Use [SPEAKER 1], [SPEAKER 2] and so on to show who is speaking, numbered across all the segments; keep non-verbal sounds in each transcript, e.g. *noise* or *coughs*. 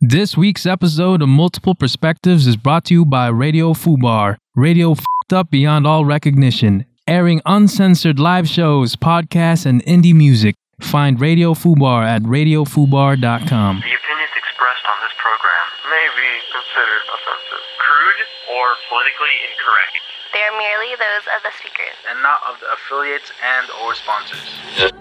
[SPEAKER 1] This week's episode of Multiple Perspectives is brought to you by Radio Fubar. Radio fed up beyond all recognition, airing uncensored live shows, podcasts, and indie music. Find Radio Fubar at radiofubar.com.
[SPEAKER 2] The opinions expressed on this program may be considered offensive, crude, or politically incorrect,
[SPEAKER 3] They are merely those of the speakers.
[SPEAKER 2] and not of the affiliates and or sponsors.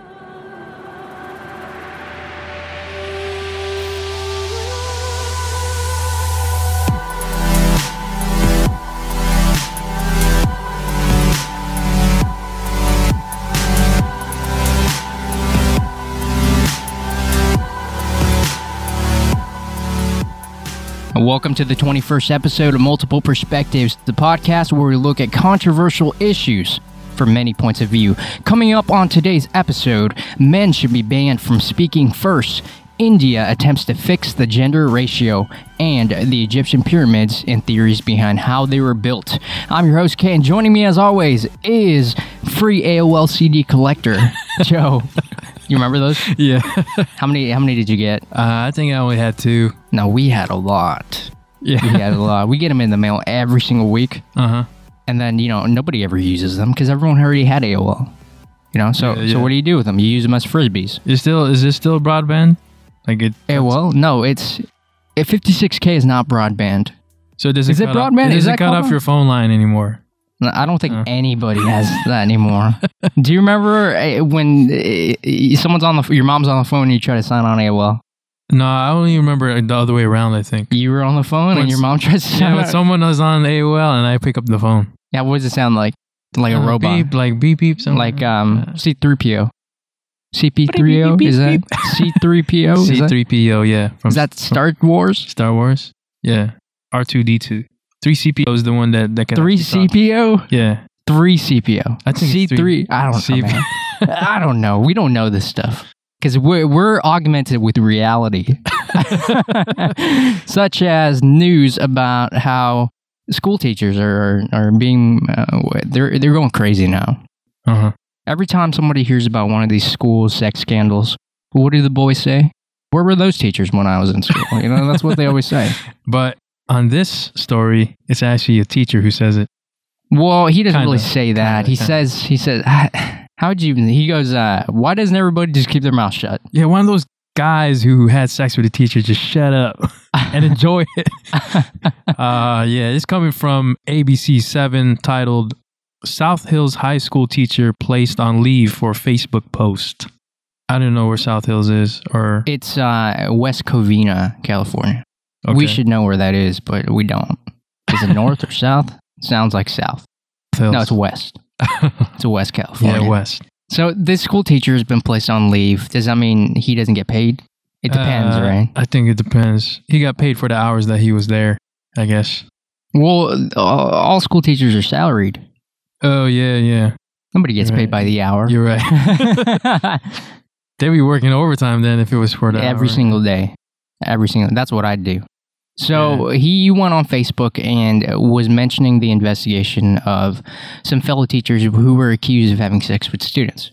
[SPEAKER 4] Welcome to the 21st episode of Multiple Perspectives, the podcast where we look at controversial issues from many points of view. Coming up on today's episode, men should be banned from speaking first. India attempts to fix the gender ratio and the Egyptian pyramids and theories behind how they were built. I'm your host, Kay, and joining me as always is free AOL CD collector, *laughs* Joe. You remember those?
[SPEAKER 1] Yeah, *laughs* Uh,
[SPEAKER 4] How many how many did you get?
[SPEAKER 1] I think I only had two.
[SPEAKER 4] No, we had a lot. We
[SPEAKER 1] Yeah.
[SPEAKER 4] had a lot. We get them in the mail every single week,
[SPEAKER 1] Uh huh.
[SPEAKER 4] and then you know nobody ever uses them because everyone already had AOL. You know, so
[SPEAKER 1] Yeah, yeah.
[SPEAKER 4] so what do you do with them? You use them as frisbees.
[SPEAKER 1] Is still is this still broadband? Like it?
[SPEAKER 4] AOL? No, it's eh, 56k is not broadband.
[SPEAKER 1] So does it?
[SPEAKER 4] Is it
[SPEAKER 1] cut off-
[SPEAKER 4] broadband?
[SPEAKER 1] Does
[SPEAKER 4] Is
[SPEAKER 1] it
[SPEAKER 4] that
[SPEAKER 1] cut off
[SPEAKER 4] common?
[SPEAKER 1] your phone line anymore?
[SPEAKER 4] No, I don't think
[SPEAKER 1] Uh.
[SPEAKER 4] anybody
[SPEAKER 1] *laughs*
[SPEAKER 4] has that anymore. do you remember eh, when eh, eh, someone's on the ph- your mom's on the phone and you try to sign on AOL?
[SPEAKER 1] No, I only remember it the other way around. I think.
[SPEAKER 4] You were on the phone
[SPEAKER 1] When
[SPEAKER 4] and your
[SPEAKER 1] s-
[SPEAKER 4] mom tries to
[SPEAKER 1] *laughs*
[SPEAKER 4] sign
[SPEAKER 1] Yeah,
[SPEAKER 4] on.
[SPEAKER 1] but someone was on AOL and I pick up the phone.
[SPEAKER 4] yeah, what does it sound like? Like a
[SPEAKER 1] Uh,
[SPEAKER 4] robot.
[SPEAKER 1] beep, like beep beep, something
[SPEAKER 4] like um
[SPEAKER 1] that.
[SPEAKER 4] C3PO. CP3O is that
[SPEAKER 1] *laughs*
[SPEAKER 4] C3PO Oh, is that,
[SPEAKER 1] C3PO, yeah, from
[SPEAKER 4] is that Star Wars?
[SPEAKER 1] Star Wars. Yeah, R2D2. Three CPO is the one that that can
[SPEAKER 4] Three
[SPEAKER 1] actually talk.
[SPEAKER 4] CPO,
[SPEAKER 1] Yeah,
[SPEAKER 4] three CPO.
[SPEAKER 1] I think
[SPEAKER 4] C
[SPEAKER 1] it's
[SPEAKER 4] three. I don't
[SPEAKER 1] *laughs*
[SPEAKER 4] know. man. I don't know. We don't know this stuff because we're we're augmented
[SPEAKER 1] *laughs*
[SPEAKER 4] with reality, such as news about how school teachers are are being uh, they're they're going crazy now.
[SPEAKER 1] uh-huh.
[SPEAKER 4] Every time somebody hears about one of these school sex scandals, what do the boys say? Where were those teachers when I was in school? You know, that's what they
[SPEAKER 1] *laughs*
[SPEAKER 4] always say.
[SPEAKER 1] But on this story, it's actually a teacher who says it.
[SPEAKER 4] Well, he doesn't
[SPEAKER 1] Kinda,
[SPEAKER 4] really say that.
[SPEAKER 1] kinda,
[SPEAKER 4] he
[SPEAKER 1] kinda.
[SPEAKER 4] says, he says, *sighs* how would you even, he goes, uh, why doesn't everybody just keep their mouth shut?
[SPEAKER 1] Yeah, one of those guys who had sex with a teacher just shut
[SPEAKER 4] *laughs*
[SPEAKER 1] up and enjoy it. *laughs* uh, yeah, it's coming from ABC Seven, titled "South Hills High School Teacher Placed on Leave for Facebook Post." I don't know where South Hills is, or
[SPEAKER 4] It's uh, West Covina, California.
[SPEAKER 1] Okay.
[SPEAKER 4] We should know where that is, but we don't. Is it north or south? Sounds like south.
[SPEAKER 1] South Hills.
[SPEAKER 4] No, it's west.
[SPEAKER 1] *laughs*
[SPEAKER 4] It's West California.
[SPEAKER 1] yeah, West.
[SPEAKER 4] So this school teacher has been placed on leave. Does that mean he doesn't get paid? It depends,
[SPEAKER 1] Uh,
[SPEAKER 4] right?
[SPEAKER 1] I think it depends. He got paid for the hours that he was there, I guess.
[SPEAKER 4] Well, all- all school teachers are salaried.
[SPEAKER 1] Oh yeah, yeah.
[SPEAKER 4] Nobody gets
[SPEAKER 1] You're
[SPEAKER 4] paid by the hour.
[SPEAKER 1] You're right. *laughs*
[SPEAKER 4] *laughs*
[SPEAKER 1] They'd be working overtime then if it was for the
[SPEAKER 4] Every
[SPEAKER 1] hour.
[SPEAKER 4] single day. Every single. That's what I do. So he went on Facebook and was mentioning the investigation of some fellow teachers who were accused of having sex with students.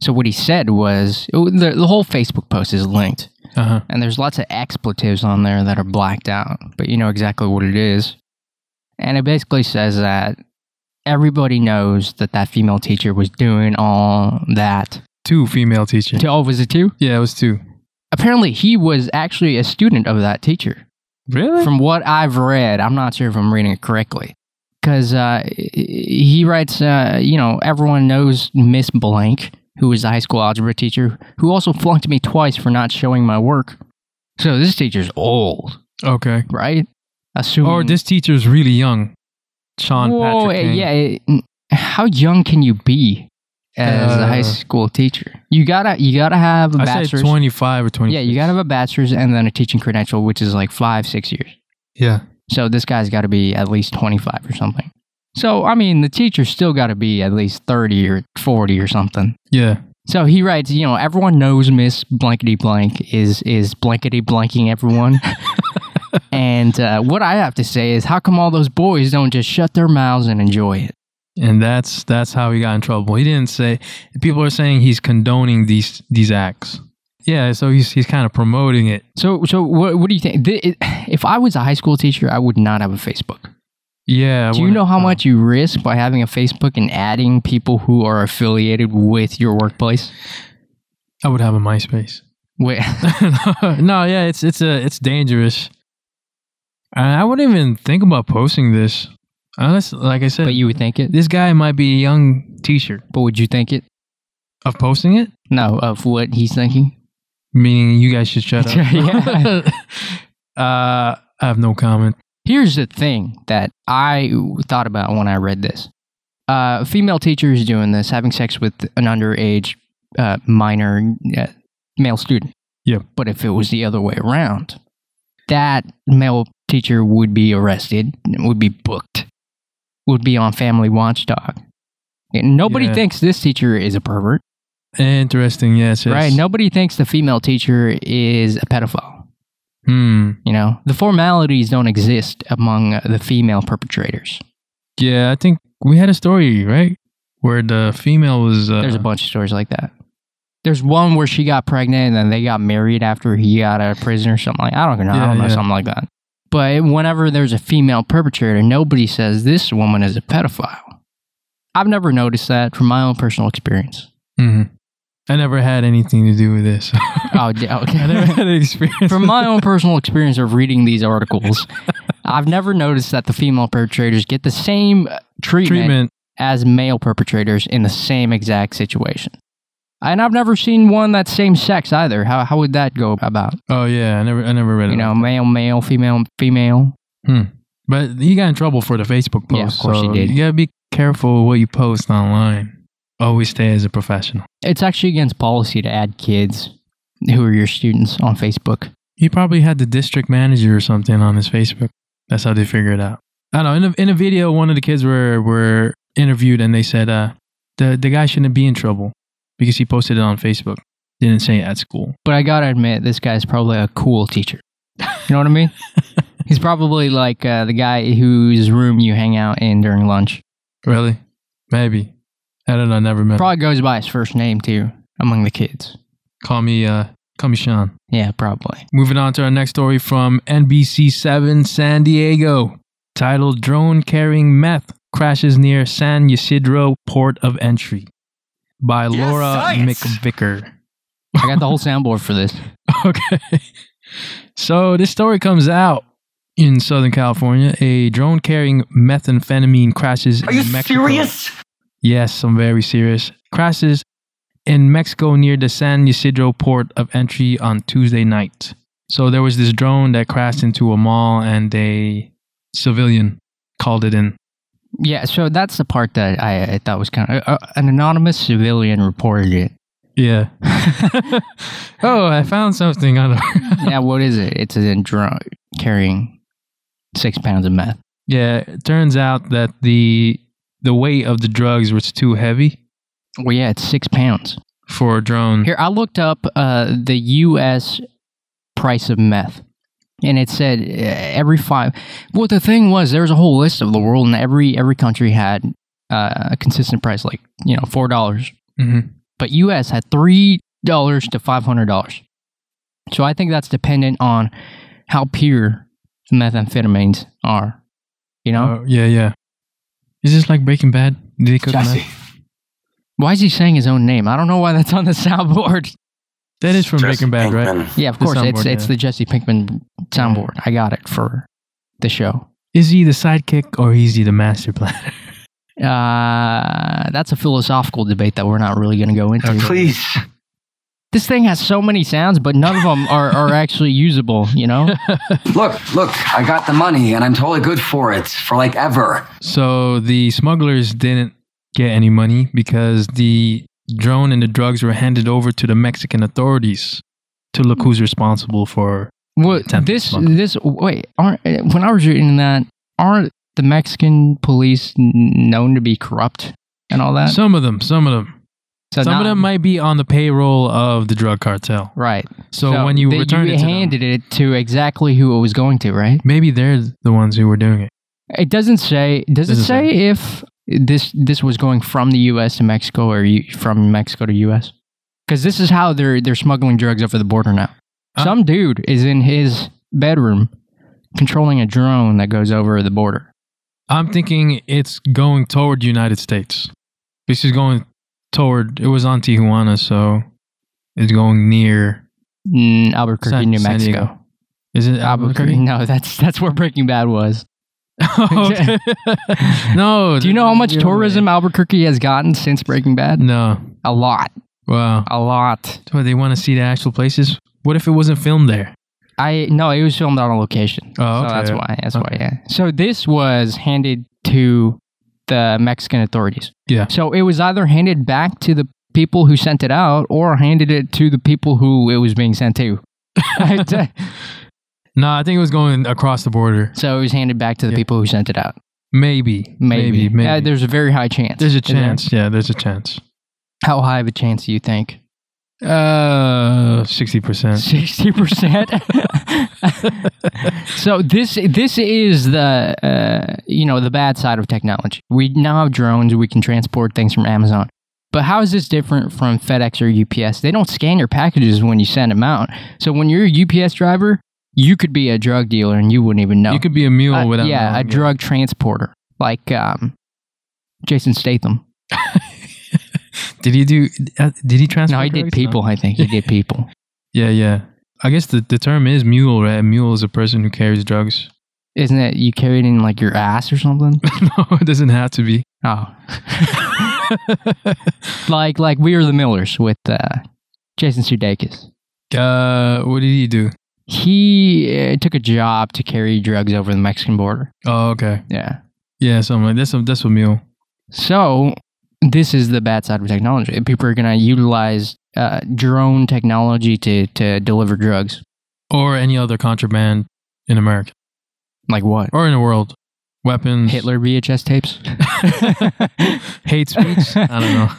[SPEAKER 4] So what he said was the, the whole Facebook post is linked.
[SPEAKER 1] Uh-huh.
[SPEAKER 4] and there's lots of expletives on there that are blacked out, but you know exactly what it is. And it basically says that everybody knows that that female teacher was doing all that.
[SPEAKER 1] Two female teachers.
[SPEAKER 4] Oh, was it two?
[SPEAKER 1] Yeah, it was two.
[SPEAKER 4] Apparently, he was actually a student of that teacher.
[SPEAKER 1] Really?
[SPEAKER 4] From what I've read, I'm not sure if I'm reading it correctly. Because uh, he writes, uh, you know, everyone knows Miss Blank, who was the high school algebra teacher, who also flunked me twice for not showing my work. So this teacher's old.
[SPEAKER 1] okay.
[SPEAKER 4] right? Assuming
[SPEAKER 1] Or this teacher's really young. Sean
[SPEAKER 4] Whoa, eh,
[SPEAKER 1] Patrick. King.
[SPEAKER 4] yeah. it- how young can you be as a high
[SPEAKER 1] Uh,
[SPEAKER 4] school teacher? You gotta, you gotta have a
[SPEAKER 1] I said
[SPEAKER 4] bachelor's.
[SPEAKER 1] 25 or 20.
[SPEAKER 4] yeah, you gotta have a bachelor's and then a teaching credential, which is like five, six years.
[SPEAKER 1] Yeah.
[SPEAKER 4] So this guy's got to be at least twenty-five or something. So I mean, the teacher's still got to be at least thirty or forty or something.
[SPEAKER 1] Yeah.
[SPEAKER 4] So he writes, you know, everyone knows Miss Blankety Blank is is blankety
[SPEAKER 1] *laughs*
[SPEAKER 4] blanking everyone. and uh, what I have to say is, how come all those boys don't just shut their mouths and enjoy it?
[SPEAKER 1] And that's that's how he got in trouble. He didn't say people are saying he's condoning these these acts. Yeah, so he's he's kind of promoting it.
[SPEAKER 4] So, so what, what do you think? Th- If I was a high school teacher, I would not have a Facebook.
[SPEAKER 1] Yeah. I
[SPEAKER 4] Do you
[SPEAKER 1] wouldn't-
[SPEAKER 4] know how
[SPEAKER 1] uh,
[SPEAKER 4] much you risk by having a Facebook and adding people who are affiliated with your workplace?
[SPEAKER 1] I would have a MySpace.
[SPEAKER 4] Wait,
[SPEAKER 1] *laughs* no, yeah, it's it's a it's dangerous. And I wouldn't even think about posting this unless, like I said,
[SPEAKER 4] *laughs* but you would think it.
[SPEAKER 1] this guy might be a young teacher
[SPEAKER 4] But would you think it?
[SPEAKER 1] of posting it.
[SPEAKER 4] No, of what he's thinking.
[SPEAKER 1] Meaning, you guys should shut up.
[SPEAKER 4] *laughs* Yeah.
[SPEAKER 1] *laughs* uh, I have no comment.
[SPEAKER 4] Here's the thing that I thought about when I read this. Uh, female teachers doing this, having sex with an underage uh, minor uh, male student.
[SPEAKER 1] Yeah.
[SPEAKER 4] But if it was the other way around, that male teacher would be arrested, would be booked, would be on Family Watchdog. And nobody
[SPEAKER 1] Yeah.
[SPEAKER 4] thinks this teacher is a pervert,
[SPEAKER 1] Interesting. Yes. yes.
[SPEAKER 4] right? Nobody thinks the female teacher is a pedophile.
[SPEAKER 1] Hmm.
[SPEAKER 4] You know, the formalities don't exist among uh, the female perpetrators.
[SPEAKER 1] Yeah, I think we had a story right where the female was. Uh,
[SPEAKER 4] There's a bunch of stories like that. There's one where she got pregnant and then they got married after he got out of prison or something like I don't know, I
[SPEAKER 1] Yeah,
[SPEAKER 4] don't know
[SPEAKER 1] yeah.
[SPEAKER 4] something like that. But whenever there's a female perpetrator, nobody says this woman is a pedophile. I've never noticed that from my own personal
[SPEAKER 1] *laughs*
[SPEAKER 4] experience.
[SPEAKER 1] Mhm. I never had anything to do with this. *laughs*
[SPEAKER 4] Oh, d-
[SPEAKER 1] I never
[SPEAKER 4] okay.
[SPEAKER 1] had an experience.
[SPEAKER 4] *laughs* from my own personal experience of reading these articles, I've never noticed that the female perpetrators get the same uh, treatment
[SPEAKER 1] treatment.
[SPEAKER 4] as male perpetrators in the same exact situation. And I've never seen one that's same sex either. How, how would that go about?
[SPEAKER 1] Oh yeah, I never, I never read it.
[SPEAKER 4] You know, male, male, female, female.
[SPEAKER 1] But he got in trouble for the Facebook post.
[SPEAKER 4] Yeah, of course
[SPEAKER 1] so
[SPEAKER 4] he did.
[SPEAKER 1] You gotta be careful what you post online. Always stay as a professional.
[SPEAKER 4] It's actually against policy to add kids who are your students on Facebook.
[SPEAKER 1] He probably had the district manager or something on his Facebook. That's how they figure it out. I don't know. In a, in a video, one of the kids were were interviewed, and they said uh, the the guy shouldn't be in trouble because he posted it on Facebook. Didn't say it at school.
[SPEAKER 4] But I gotta admit, this guy's probably a cool teacher. You know what I mean? He's probably like uh, the guy whose room you hang out in during lunch.
[SPEAKER 1] Really? Maybe. I don't know. Never met. him.
[SPEAKER 4] Probably goes by his first name too among the kids.
[SPEAKER 1] Call me. Uh, call me Sean.
[SPEAKER 4] Yeah, probably.
[SPEAKER 1] Moving on to our next story from NBC7 San Diego, titled Drone Carrying Meth Crashes Near San Ysidro Port of Entry by Laura McVicker. *laughs*
[SPEAKER 4] I got the whole soundboard for this.
[SPEAKER 1] Okay. So this story comes out in Southern California. A drone carrying methamphetamine crashes Are in you Mexico. serious? Yes, I'm very serious. Crashes in Mexico near the San Ysidro port of entry on Tuesday night. So there was this drone that crashed into a mall and a civilian called it in.
[SPEAKER 4] Yeah, so that's the part that I, I thought was kind of uh, an anonymous civilian reported it.
[SPEAKER 1] Yeah. *laughs* oh, I found something on the
[SPEAKER 4] yeah, what is it? It's a drone carrying six pounds of meth.
[SPEAKER 1] *laughs* Yeah, it turns out that the the weight of the drugs was too heavy
[SPEAKER 4] Well, yeah, it's six pounds.
[SPEAKER 1] for a drone.
[SPEAKER 4] Here, I looked up uh, the U.S. price of meth, and it said uh, every five. Well, the thing was, there was a whole list of the world, and every every country had uh, a consistent price, like you know, four dollars
[SPEAKER 1] Mhm.
[SPEAKER 4] but US had three dollars to five hundred dollars. So I think that's dependent on how pure methamphetamines are. You know,
[SPEAKER 1] Oh, yeah, yeah. Is this like Breaking Bad? Did he cook meth?
[SPEAKER 4] why is he saying his own name? I don't know why that's on the *laughs* soundboard.
[SPEAKER 1] That is from Breaking Bad, right?
[SPEAKER 4] Yeah, of
[SPEAKER 1] The
[SPEAKER 4] course, it's
[SPEAKER 1] soundboard,
[SPEAKER 4] it's
[SPEAKER 1] yeah.
[SPEAKER 4] the Jesse Pinkman soundboard. I got it for the show.
[SPEAKER 1] Is he the sidekick or is he the master plan?
[SPEAKER 4] Uh, that's a philosophical debate that we're not really going to go into.
[SPEAKER 1] Please.
[SPEAKER 4] This thing has so many sounds, but none of them are, are *laughs* actually usable. You know,
[SPEAKER 5] Look, look, I got the money and I'm totally good for it for like ever.
[SPEAKER 1] *laughs* So the smugglers didn't get any money because the drone and the drugs were handed over to the Mexican authorities to look who's responsible for.
[SPEAKER 4] Well,
[SPEAKER 1] attempted
[SPEAKER 4] this
[SPEAKER 1] smuggling.
[SPEAKER 4] this wait, aren't uh, when I was reading that, aren't the Mexican police n- known to be corrupt and all that?
[SPEAKER 1] Some of them, some of them,
[SPEAKER 4] So
[SPEAKER 1] some
[SPEAKER 4] not-
[SPEAKER 1] of them might be on the payroll of the drug cartel.
[SPEAKER 4] right.
[SPEAKER 1] So, when you
[SPEAKER 4] they-
[SPEAKER 1] return it to them,
[SPEAKER 4] handed it to exactly who it was going to, right?
[SPEAKER 1] maybe they're the ones who were doing it.
[SPEAKER 4] It doesn't say. Does it
[SPEAKER 1] Doesn't
[SPEAKER 4] say, if this this was going from the U.S. to Mexico or you, from Mexico to U.S. Because this is how they're they're smuggling drugs over the border now.
[SPEAKER 1] Huh?
[SPEAKER 4] Some dude is in his bedroom controlling a drone that goes over the border.
[SPEAKER 1] I'm thinking it's going toward United States. This is going toward. It was on Tijuana, so it's going near.
[SPEAKER 4] Mm, Albuquerque,
[SPEAKER 1] San-
[SPEAKER 4] New
[SPEAKER 1] San
[SPEAKER 4] Mexico.
[SPEAKER 1] Diego. Is it Albuquerque?
[SPEAKER 4] *laughs* No, that's that's where Breaking Bad was.
[SPEAKER 1] *laughs*
[SPEAKER 4] *laughs*
[SPEAKER 1] Okay. no.
[SPEAKER 4] Do you know how much
[SPEAKER 1] Yeah,
[SPEAKER 4] tourism Albuquerque has gotten since Breaking
[SPEAKER 1] man.
[SPEAKER 4] Bad?
[SPEAKER 1] No.
[SPEAKER 4] A lot,
[SPEAKER 1] Wow.
[SPEAKER 4] a lot.
[SPEAKER 1] So they want to see the actual places. What if it wasn't filmed there?
[SPEAKER 4] I no, it was filmed on a location.
[SPEAKER 1] Oh,
[SPEAKER 4] So
[SPEAKER 1] okay.
[SPEAKER 4] that's why. That's why.
[SPEAKER 1] Okay.
[SPEAKER 4] Yeah. So this was handed to the Mexican authorities.
[SPEAKER 1] Yeah.
[SPEAKER 4] So it was either handed back to the people who sent it out, or handed it to the people who it was being
[SPEAKER 1] *laughs*
[SPEAKER 4] sent to. *laughs*
[SPEAKER 1] No, I think it was going across the border.
[SPEAKER 4] so it was handed back to the
[SPEAKER 1] Yeah.
[SPEAKER 4] people who sent it out.
[SPEAKER 1] Maybe.
[SPEAKER 4] Maybe.
[SPEAKER 1] Maybe. Maybe.
[SPEAKER 4] Uh, there's a very high chance.
[SPEAKER 1] there's a
[SPEAKER 4] Is there?
[SPEAKER 1] chance. Yeah, there's a chance.
[SPEAKER 4] How high of a chance do you think?
[SPEAKER 1] Uh, sixty
[SPEAKER 4] *laughs*
[SPEAKER 1] percent. *laughs*
[SPEAKER 4] Sixty percent. so this this is the uh, you know the bad side of technology. We now have drones. We can transport things from Amazon. But how is this different from FedEx or UPS? They don't scan your packages when you send them out. So when you're a UPS driver, you could be a drug dealer and you wouldn't even know.
[SPEAKER 1] You could be a mule
[SPEAKER 4] Uh,
[SPEAKER 1] without.
[SPEAKER 4] yeah,
[SPEAKER 1] knowing
[SPEAKER 4] a
[SPEAKER 1] it.
[SPEAKER 4] drug transporter like um, Jason Statham.
[SPEAKER 1] Did he do? Uh, did he transfer?
[SPEAKER 4] No, he did
[SPEAKER 1] drugs?
[SPEAKER 4] people. I think
[SPEAKER 1] *laughs*
[SPEAKER 4] he did people.
[SPEAKER 1] Yeah, yeah. I guess the, the term is mule, right? A mule is a person who carries drugs. *laughs*
[SPEAKER 4] Isn't it you carried in like your ass or something?
[SPEAKER 1] no, it doesn't have to be.
[SPEAKER 4] Oh, like like we are the Millers with uh, Jason Sudeikis.
[SPEAKER 1] *laughs* uh, what did he do?
[SPEAKER 4] He uh, took a job to carry drugs over the Mexican border.
[SPEAKER 1] Oh, okay.
[SPEAKER 4] Yeah.
[SPEAKER 1] Yeah, something like that's a, that's a mule.
[SPEAKER 4] So this is the bad side of technology. People are going to utilize uh, drone technology to to deliver drugs.
[SPEAKER 1] Or any other contraband in America
[SPEAKER 4] Like what?
[SPEAKER 1] or in the world. Weapons.
[SPEAKER 4] Hitler VHS tapes.
[SPEAKER 1] *laughs* Hate speech. I don't know.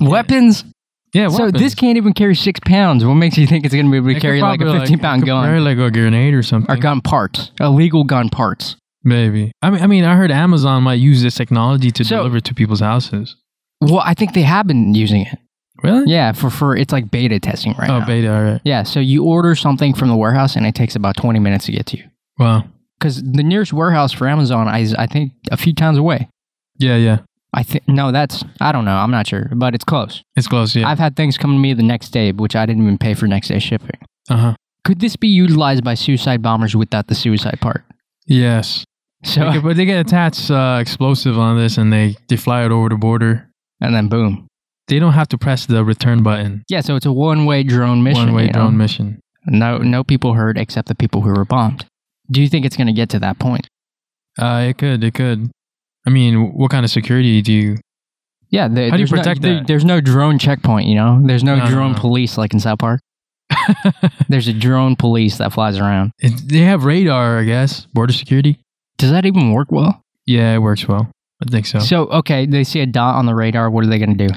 [SPEAKER 4] *laughs* Weapons.
[SPEAKER 1] Yeah,
[SPEAKER 4] So
[SPEAKER 1] weapons.
[SPEAKER 4] this can't even carry six pounds. What makes you think it's going to be able
[SPEAKER 1] It
[SPEAKER 4] to
[SPEAKER 1] could
[SPEAKER 4] carry like a
[SPEAKER 1] probably,
[SPEAKER 4] fifteen pound
[SPEAKER 1] it could
[SPEAKER 4] gun?
[SPEAKER 1] Probably like a grenade or
[SPEAKER 4] or
[SPEAKER 1] something.
[SPEAKER 4] gun parts, illegal gun parts.
[SPEAKER 1] Maybe. I mean, I mean, I heard Amazon might use this technology to
[SPEAKER 4] So-
[SPEAKER 1] deliver to people's houses.
[SPEAKER 4] Well, I think they have been using it.
[SPEAKER 1] Really?
[SPEAKER 4] Yeah, for for it's like beta testing right
[SPEAKER 1] oh,
[SPEAKER 4] now.
[SPEAKER 1] beta. All right.
[SPEAKER 4] Yeah, so you order something from the warehouse and it takes about 20 minutes to get to you.
[SPEAKER 1] Wow.
[SPEAKER 4] Cuz the nearest warehouse for Amazon is I think a few towns away.
[SPEAKER 1] Yeah, yeah.
[SPEAKER 4] I think no, that's I don't know, I'm not sure, but it's close.
[SPEAKER 1] It's close. Yeah.
[SPEAKER 4] I've had things come to me the next day which I didn't even pay for next day shipping.
[SPEAKER 1] Uh huh.
[SPEAKER 4] Could this be utilized by suicide bombers without the suicide part? *laughs*
[SPEAKER 1] Yes.
[SPEAKER 4] So
[SPEAKER 1] Okay, but they get attached uh, explosive on this and they, they fly it over the border.
[SPEAKER 4] and then boom.
[SPEAKER 1] They don't have to press the return button.
[SPEAKER 4] Yeah, so it's a one-way drone mission.
[SPEAKER 1] One way
[SPEAKER 4] you know?
[SPEAKER 1] drone mission.
[SPEAKER 4] No, no people hurt except the people who were bombed. Do you think it's going to get to that point?
[SPEAKER 1] Uh, it could, it could. I mean, what kind of security do you?
[SPEAKER 4] Yeah,
[SPEAKER 1] How do
[SPEAKER 4] the,
[SPEAKER 1] you
[SPEAKER 4] there's no-
[SPEAKER 1] protect
[SPEAKER 4] there-
[SPEAKER 1] that?
[SPEAKER 4] there's no drone checkpoint. You know, there's no,
[SPEAKER 1] No, no,
[SPEAKER 4] drone
[SPEAKER 1] no.
[SPEAKER 4] police like in
[SPEAKER 1] *laughs*
[SPEAKER 4] South Park. there's a drone police that flies around.
[SPEAKER 1] It, they have radar, I guess. Border security.
[SPEAKER 4] Does that even work well?
[SPEAKER 1] Yeah, it works well. I think so.
[SPEAKER 4] So okay, they see a dot on the radar. What are they going to do?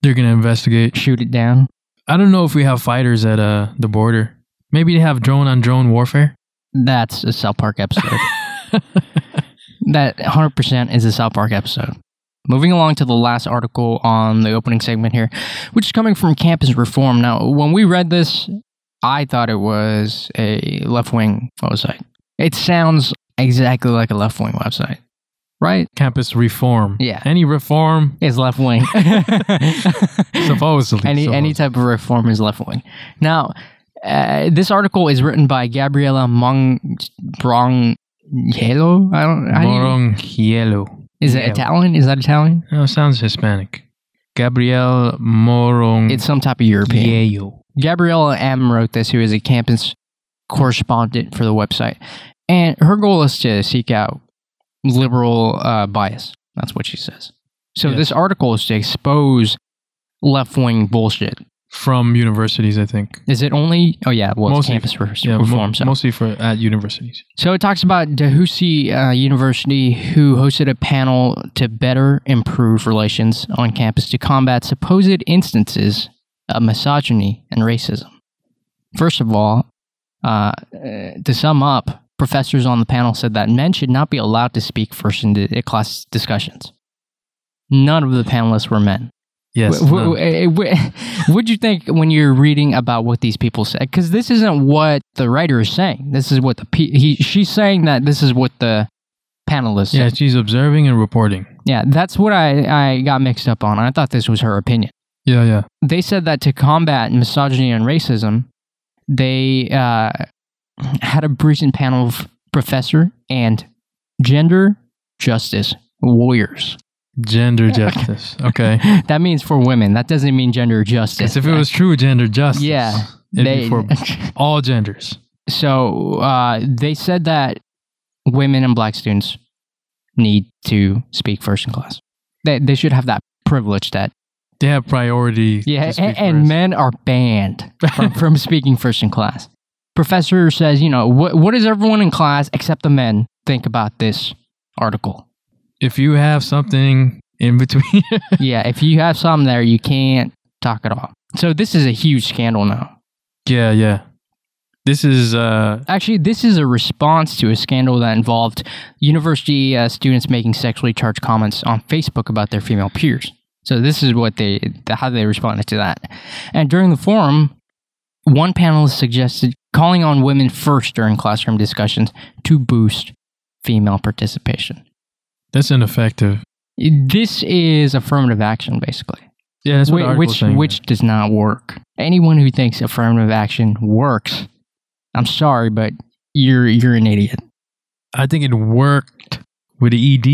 [SPEAKER 1] They're gonna investigate.
[SPEAKER 4] Shoot it down?
[SPEAKER 1] I don't know if we have fighters at uh the border. Maybe they have drone on drone warfare.
[SPEAKER 4] That's a South Park episode. that 100% is a South Park episode. Moving along to the last article on the opening segment here, which is coming from Campus Reform. Now, when we read this, I thought it was a left wing website. It sounds exactly like a left wing website, right?
[SPEAKER 1] Campus reform.
[SPEAKER 4] Yeah.
[SPEAKER 1] Any
[SPEAKER 4] *coughs*
[SPEAKER 1] reform,
[SPEAKER 4] It's left *laughs* wing.
[SPEAKER 1] supposedly.
[SPEAKER 4] any any
[SPEAKER 1] supposedly.
[SPEAKER 4] type of reform is left wing. Now, uh, this article is written by Gabriela Mong Brong Yellow. I don't. How do you-
[SPEAKER 1] Morongiello.
[SPEAKER 4] is it
[SPEAKER 1] Yeah.
[SPEAKER 4] Italian? Is that Italian?
[SPEAKER 1] No, it sounds Hispanic. Gabriel Morong.
[SPEAKER 4] It's some type of European.
[SPEAKER 1] Yeo.
[SPEAKER 4] Gabriella M wrote this, who is a campus correspondent for the website, and her goal is to seek out liberal uh, bias. That's what she says. So
[SPEAKER 1] Yeah.
[SPEAKER 4] this article is to expose left wing bullshit.
[SPEAKER 1] from universities, I think.
[SPEAKER 4] Is it only? Oh yeah, well,
[SPEAKER 1] Mostly-
[SPEAKER 4] it's campus re-
[SPEAKER 1] Yeah, mo-
[SPEAKER 4] reform. so.
[SPEAKER 1] mostly for at universities.
[SPEAKER 4] So it talks about Dahoosie uh, University, who hosted a panel to better improve relations on campus to combat supposed instances of misogyny and racism. First of all, uh, uh, to sum up, professors on the panel said that men should not be allowed to speak first in the- class discussions. None of the panelists were men.
[SPEAKER 1] Yes.
[SPEAKER 4] W-
[SPEAKER 1] no.
[SPEAKER 4] w- eh, w- *laughs* What'd you think when you're reading about what these people said? Because this isn't what the writer is saying. This is what the pe- he she's saying that this is what the panelists.
[SPEAKER 1] yeah,
[SPEAKER 4] said.
[SPEAKER 1] she's observing and reporting.
[SPEAKER 4] yeah. That's what I I got mixed up on. I thought this was her opinion.
[SPEAKER 1] Yeah, yeah.
[SPEAKER 4] They said that to combat misogyny and racism, they uh, had a recent panel of professor and gender justice warriors. *laughs*
[SPEAKER 1] Gender justice. Okay.
[SPEAKER 4] that means for women. That doesn't mean gender justice.
[SPEAKER 1] Because if it was true gender justice,
[SPEAKER 4] Yeah,
[SPEAKER 1] it'd be
[SPEAKER 4] they- *laughs*
[SPEAKER 1] for all genders.
[SPEAKER 4] so uh, they said that women and black students need to speak first in class. They, they should have that privilege that
[SPEAKER 1] They have priority. to
[SPEAKER 4] yeah, a-
[SPEAKER 1] speak
[SPEAKER 4] and, and
[SPEAKER 1] first.
[SPEAKER 4] men are banned
[SPEAKER 1] *laughs*
[SPEAKER 4] from, from speaking first in class. Professor says, you know, what what does everyone in class except the men think about this
[SPEAKER 1] *laughs*
[SPEAKER 4] article?
[SPEAKER 1] if you have something in between, *laughs*
[SPEAKER 4] yeah, if you have some there, you can't talk at all. So this is a huge scandal now.
[SPEAKER 1] yeah, yeah. This is uh,
[SPEAKER 4] Actually, this is a response to a scandal that involved university uh, students making sexually charged comments on Facebook about their female peers. So this is what they the- how they responded to that. And during the forum, one panelist suggested calling on women first during classroom discussions to boost female participation.
[SPEAKER 1] that's ineffective.
[SPEAKER 4] This is affirmative action, basically.
[SPEAKER 1] Yeah, that's what
[SPEAKER 4] Whi-
[SPEAKER 1] the article's
[SPEAKER 4] which
[SPEAKER 1] saying.
[SPEAKER 4] which does not work. Anyone who thinks affirmative action works, I'm sorry, but you're you're an idiot.
[SPEAKER 1] I think it worked with the ED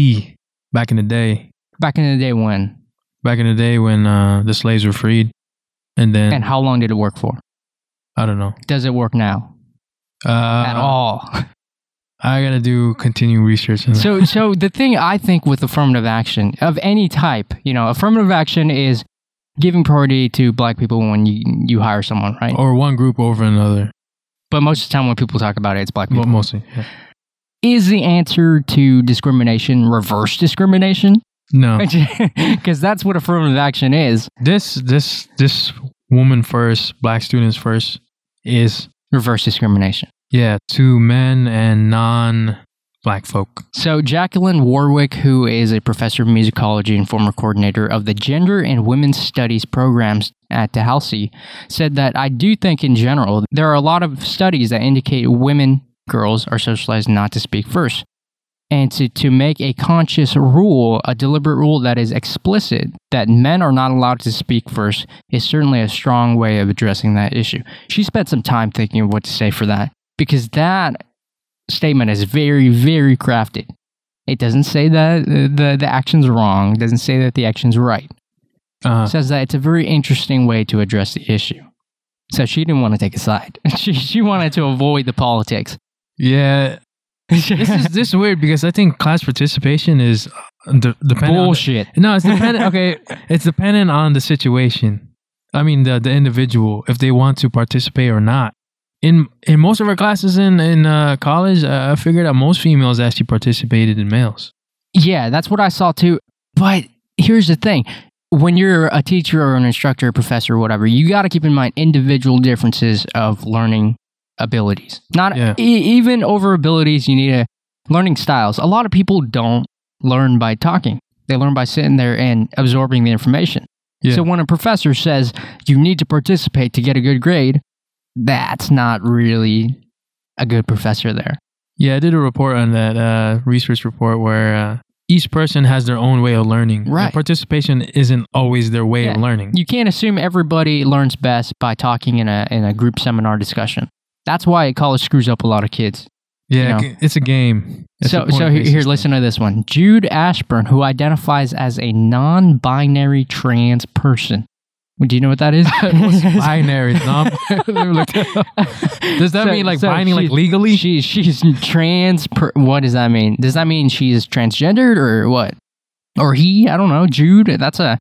[SPEAKER 1] back in the day.
[SPEAKER 4] Back in the day when
[SPEAKER 1] Back in the day when uh, the slaves were freed, and then
[SPEAKER 4] and how long did it work for?
[SPEAKER 1] I don't know
[SPEAKER 4] Does it work now
[SPEAKER 1] uh,
[SPEAKER 4] at all?
[SPEAKER 1] I gotta do continuing research. on that.
[SPEAKER 4] so so the thing I think with affirmative action of any type, you know, affirmative action is giving priority to black people when you you hire someone, right?
[SPEAKER 1] or one group over another,
[SPEAKER 4] But most of the time when people talk about it, it's black people.
[SPEAKER 1] well, mostly. yeah.
[SPEAKER 4] Is the answer to discrimination reverse discrimination?
[SPEAKER 1] No,
[SPEAKER 4] *laughs* Because that's what affirmative action is.
[SPEAKER 1] this this this woman first, black students first is
[SPEAKER 4] Reverse discrimination.
[SPEAKER 1] yeah to men and non-black folk.
[SPEAKER 4] So, Jacqueline Warwick, who is a professor of musicology and former coordinator of the Gender and Women's Studies programs at Tallahassee, said that I do think in general there are a lot of studies that indicate women, girls, are socialized not to speak first. And to, to make a conscious rule, a deliberate rule that is explicit that men are not allowed to speak first is certainly a strong way of addressing that issue. She spent some time thinking of what to say for that because that statement is very, very crafted. It doesn't say that the, the, the action's wrong, doesn't say that the action's right.
[SPEAKER 1] Uh,
[SPEAKER 4] It says that it's a very interesting way to address the issue. So she didn't want to take a side. *laughs* She, she wanted to avoid the politics. *laughs*
[SPEAKER 1] yeah, this is this is weird because I think class participation is uh, de- dependent. on-
[SPEAKER 4] Bullshit.
[SPEAKER 1] no, it's
[SPEAKER 4] *laughs*
[SPEAKER 1] dependent. okay, it's dependent on the situation. I mean, the the individual if they want to participate or not. In in most of our classes in in uh, college, uh, I figured out most females actually participated in males.
[SPEAKER 4] Yeah, that's what I saw too. But here's the thing when you're a teacher or an instructor, professor, whatever, you got to keep in mind individual differences of learning abilities. Not
[SPEAKER 1] Yeah.
[SPEAKER 4] e- even over abilities, you need a learning styles. A lot of people don't learn by talking, they learn by sitting there and absorbing the information.
[SPEAKER 1] Yeah.
[SPEAKER 4] So when a professor says you need to participate to get a good grade, that's not really a good professor there.
[SPEAKER 1] Yeah, I did a report on that uh, research report where uh, each person has their own way of learning.
[SPEAKER 4] Right.
[SPEAKER 1] And participation isn't always their way of
[SPEAKER 4] Yeah.
[SPEAKER 1] learning.
[SPEAKER 4] You can't assume everybody learns best by talking in a in a group seminar discussion. That's why college screws up a lot of kids.
[SPEAKER 1] yeah,
[SPEAKER 4] you
[SPEAKER 1] it's a game. It's a
[SPEAKER 4] so so
[SPEAKER 1] point-based
[SPEAKER 4] here, here
[SPEAKER 1] system. *laughs*
[SPEAKER 4] listen *laughs* to this one. Jude Ashburn, who identifies as a non-binary trans person. Do you know what
[SPEAKER 1] *laughs*
[SPEAKER 4] that is? *laughs*
[SPEAKER 1] What's binary? *laughs* No, Let me look that up. Does that
[SPEAKER 4] So-
[SPEAKER 1] mean like
[SPEAKER 4] so
[SPEAKER 1] binding like
[SPEAKER 4] she's-
[SPEAKER 1] legally?
[SPEAKER 4] She she's trans. Per, what does that mean? Does that mean she is transgendered or what? Or he? I don't know. Jude. That's a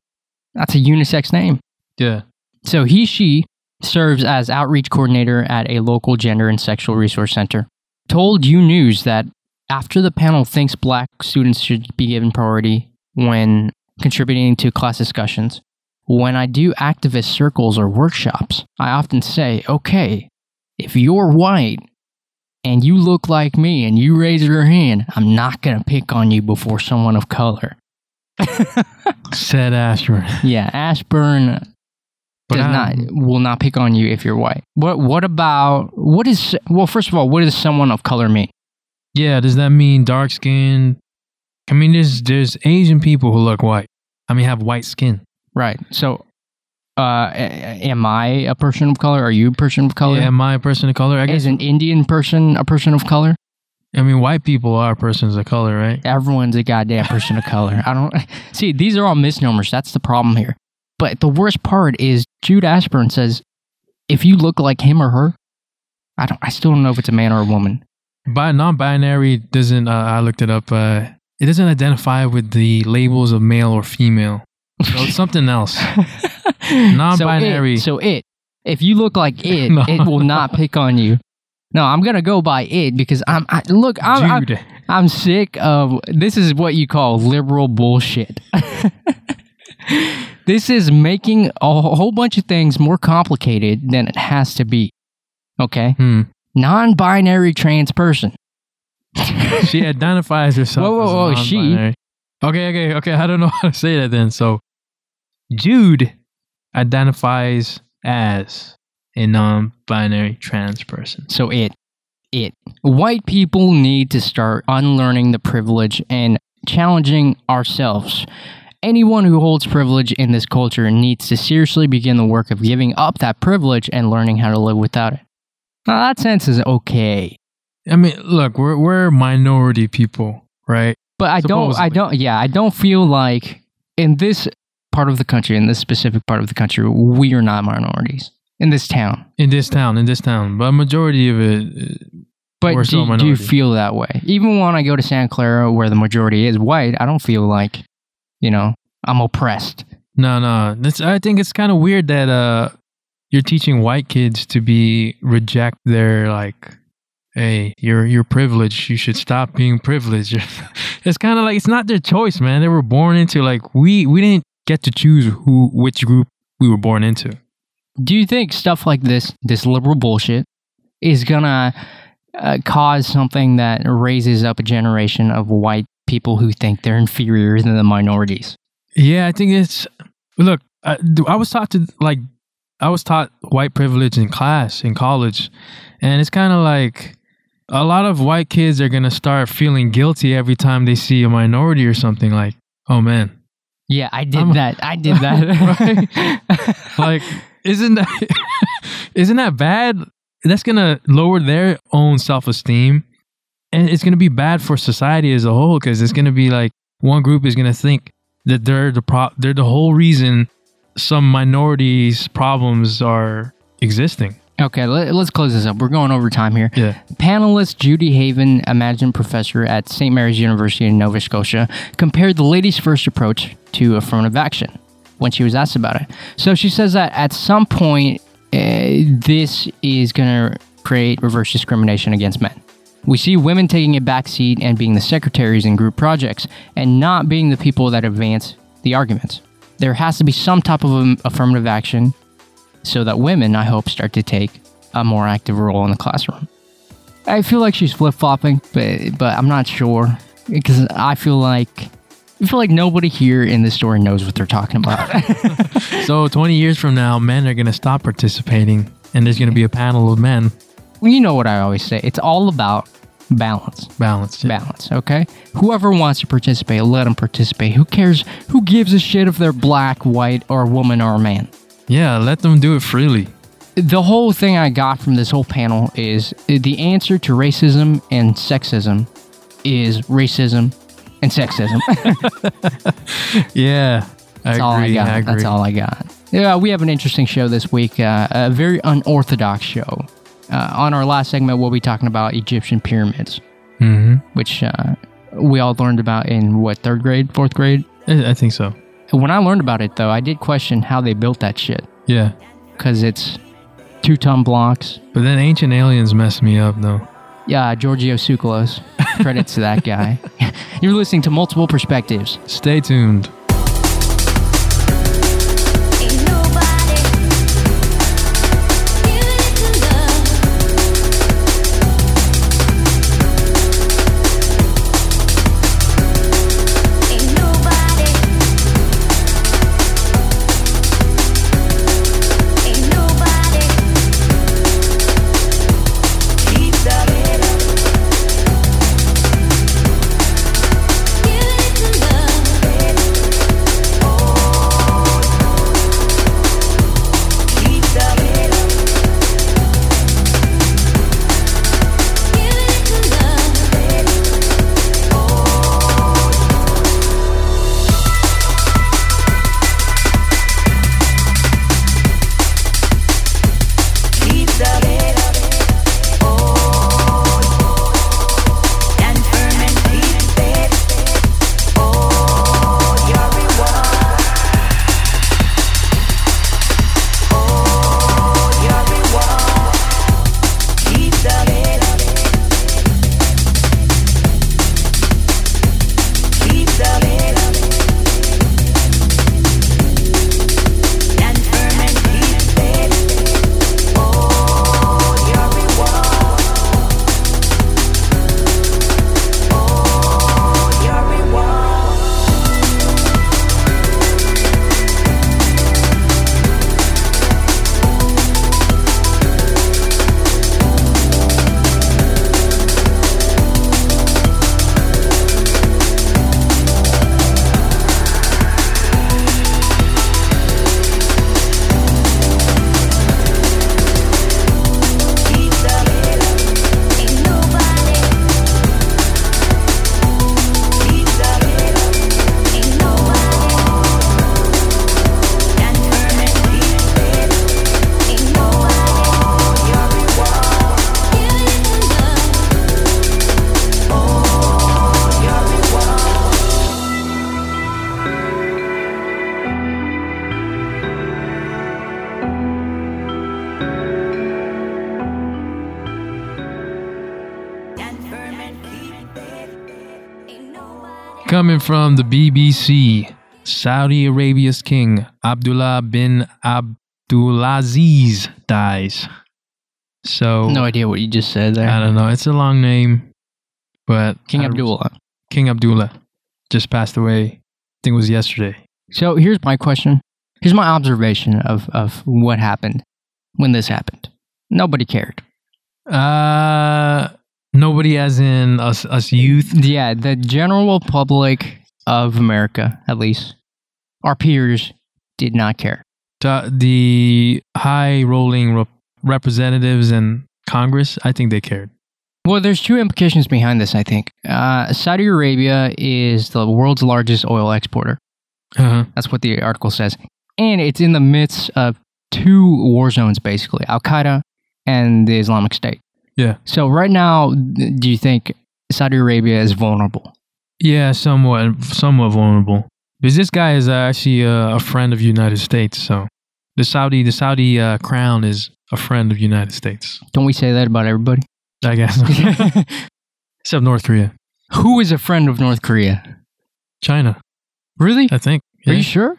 [SPEAKER 4] that's a unisex name.
[SPEAKER 1] yeah.
[SPEAKER 4] So he, she serves as outreach coordinator at a local gender and sexual resource center. Told You News that after the panel thinks black students should be given priority when contributing to class discussions, when I do activist circles or workshops, I often say, okay, if you're white and you look like me and you raise your hand, I'm not going to pick on you before someone of color.
[SPEAKER 1] Said Ashburn.
[SPEAKER 4] Yeah, Ashburn
[SPEAKER 1] But
[SPEAKER 4] does
[SPEAKER 1] I-
[SPEAKER 4] not will not pick on you if you're white. What what about what is well? First of all, what does someone of color mean?
[SPEAKER 1] Yeah, does that mean dark skin? I mean, there's there's Asian people who look white. I mean, have white skin.
[SPEAKER 4] Right. So, uh, a- a- am I a person of color? Are you a person of color?
[SPEAKER 1] Yeah, am I a person of color? I guess.
[SPEAKER 4] Is an Indian person a person of color?
[SPEAKER 1] I mean, white people are persons of color, right?
[SPEAKER 4] Everyone's a goddamn person of color. I don't *laughs* see. These are all misnomers. That's the problem here. But the worst part is Jude Ashburn says, if you look like him or her, I don't. I still don't know if it's a man or a woman.
[SPEAKER 1] By non-binary doesn't. Uh, I looked it up. Uh, it doesn't identify with the labels of male or female. So it's something
[SPEAKER 4] *laughs*
[SPEAKER 1] else. Non-binary.
[SPEAKER 4] So it, so it. If you
[SPEAKER 1] *laughs*
[SPEAKER 4] look like it,
[SPEAKER 1] No.
[SPEAKER 4] it will not pick on you. No, I'm gonna go by it because I'm. I, look, I'm, I'm
[SPEAKER 1] Dude,
[SPEAKER 4] I'm sick of this is what you call liberal bullshit. *laughs* this is making a whole bunch of things more complicated than it has to be. Okay?
[SPEAKER 1] hmm.
[SPEAKER 4] Non binary trans person. *laughs*
[SPEAKER 1] she identifies herself.
[SPEAKER 4] Whoa, whoa,
[SPEAKER 1] as a
[SPEAKER 4] whoa, she-
[SPEAKER 1] non-binary. Okay, okay, okay. I don't know *laughs* how to say that then. So, Jude identifies as a non-binary trans person.
[SPEAKER 4] So it it white people need to start unlearning the privilege and challenging ourselves. Anyone who holds privilege in this culture needs to seriously begin the work of giving up that privilege and learning how to live without it. Now that sense is okay.
[SPEAKER 1] I mean, look, we're we're minority people, right?
[SPEAKER 4] But I don't, I
[SPEAKER 1] Supposedly.
[SPEAKER 4] don't, yeah, I don't feel like in this part of the country, in this specific part of the country, we are not minorities in this town.
[SPEAKER 1] In this town, in this town, but majority of it, uh,
[SPEAKER 4] But
[SPEAKER 1] We're still a
[SPEAKER 4] do, do you
[SPEAKER 1] minority.
[SPEAKER 4] feel that way? Even when I go to Santa Clara, where the majority is white, I don't feel like, you know, I'm oppressed.
[SPEAKER 1] no, no. That's, I think it's kind of weird that uh, you're teaching white kids to be reject their like. Hey, you're you're privileged. You should stop being privileged. *laughs* it's kind of like it's not their choice, man. They were born into like we we didn't get to choose who which group we were born into.
[SPEAKER 4] Do you think stuff like this, this liberal bullshit, is gonna uh, cause something that raises up a generation of white people who think they're inferior than the minorities?
[SPEAKER 1] Yeah, I think it's look. I, do- I was taught to like, I was taught white privilege in class in college, and it's kind of like a lot of white kids are gonna start feeling guilty every time they see a minority or something. Like, oh man,
[SPEAKER 4] Yeah, I did
[SPEAKER 1] I'm-
[SPEAKER 4] that. I did that.
[SPEAKER 1] *laughs*
[SPEAKER 4] *laughs*
[SPEAKER 1] like isn't that *laughs* isn't that bad? That's gonna lower their own self esteem, and it's gonna be bad for society as a whole because it's gonna be like one group is gonna think that they're the pro- they're the whole reason some minorities' problems are existing.
[SPEAKER 4] okay, let, let's close this up. We're going over time here.
[SPEAKER 1] Yeah,
[SPEAKER 4] Panelist Judy Haven, Imagine Professor at St. Mary's University in Nova Scotia, compared the ladies' first approach to affirmative action when she was asked about it. So she says that at some point, eh, this is going to create reverse discrimination against men. We see women taking a back seat and being the secretaries in group projects and not being the people that advance the arguments. There has to be some type of um, affirmative action so that women, I hope, start to take a more active role in the classroom. I feel like she's flip flopping, but but I'm not sure because I feel like I feel like nobody here in this story knows what they're talking about.
[SPEAKER 1] so twenty years from now, men are gonna stop participating, and there's gonna be a panel of men
[SPEAKER 4] you know what I always say? It's all about balance,
[SPEAKER 1] balanced.
[SPEAKER 4] balance. Okay, whoever wants to participate, let them participate. Who cares? Who gives a shit if they're black, white, or a woman or a man?
[SPEAKER 1] Yeah, let them do it freely.
[SPEAKER 4] the whole thing I got from this whole panel is uh, the answer to racism and sexism is racism and sexism.
[SPEAKER 1] Yeah, I
[SPEAKER 4] That's
[SPEAKER 1] agree.
[SPEAKER 4] all I got.
[SPEAKER 1] I agree.
[SPEAKER 4] That's all I got. Yeah, we have an interesting show this week, uh, a very unorthodox show. Uh, on our last segment, we'll be talking about Egyptian pyramids,
[SPEAKER 1] hmm
[SPEAKER 4] which uh, we all learned about in what, third grade, fourth grade?
[SPEAKER 1] I I think so.
[SPEAKER 4] When I learned about it, though, I did question how they built that shit
[SPEAKER 1] Yeah.
[SPEAKER 4] because it's two ton blocks,
[SPEAKER 1] But then Ancient Aliens messed me up though.
[SPEAKER 4] Yeah, Giorgio
[SPEAKER 1] *laughs*
[SPEAKER 4] Tsoukalos. Credits to that guy. *laughs* You're listening to Multiple Perspectives.
[SPEAKER 1] Stay tuned.
[SPEAKER 6] Ain't nobody feeling to love. Ain't nobody
[SPEAKER 1] Coming from the BBC, Saudi Arabia's king Abdullah bin Abdulaziz dies. So
[SPEAKER 4] No idea what you just said
[SPEAKER 1] I
[SPEAKER 4] there.
[SPEAKER 1] don't know. It's a long name, but
[SPEAKER 4] King
[SPEAKER 1] I-
[SPEAKER 4] Abdullah.
[SPEAKER 1] King Abdullah just passed away. I think it was yesterday.
[SPEAKER 4] So here's my question. Here's my observation of, of what happened when this happened. Nobody cared.
[SPEAKER 1] Uh, nobody, as in us, us youth.
[SPEAKER 4] Yeah, the general public of America, at least, our peers, did not care.
[SPEAKER 1] Uh, The high rolling rep- representatives in Congress, I think they cared.
[SPEAKER 4] Well, there's two implications behind this, I think. Uh, Saudi Arabia is the world's largest oil exporter.
[SPEAKER 1] Uh-huh.
[SPEAKER 4] That's what the article says. And it's in the midst of two war zones, basically Al Qaeda and the Islamic State.
[SPEAKER 1] Yeah.
[SPEAKER 4] So, right now, th- do you think Saudi Arabia is vulnerable?
[SPEAKER 1] Yeah, somewhat, somewhat vulnerable. Because this guy is uh, actually a, a friend of United States. So the Saudi, the Saudi uh, crown is a friend of United States.
[SPEAKER 4] Don't we say that about everybody?
[SPEAKER 1] *laughs*
[SPEAKER 4] *laughs*
[SPEAKER 1] I guess, *laughs* except North Korea,
[SPEAKER 4] Who is a friend of North Korea?
[SPEAKER 1] China.
[SPEAKER 4] Really?
[SPEAKER 1] I think.
[SPEAKER 4] Are
[SPEAKER 1] Yeah.
[SPEAKER 4] you sure?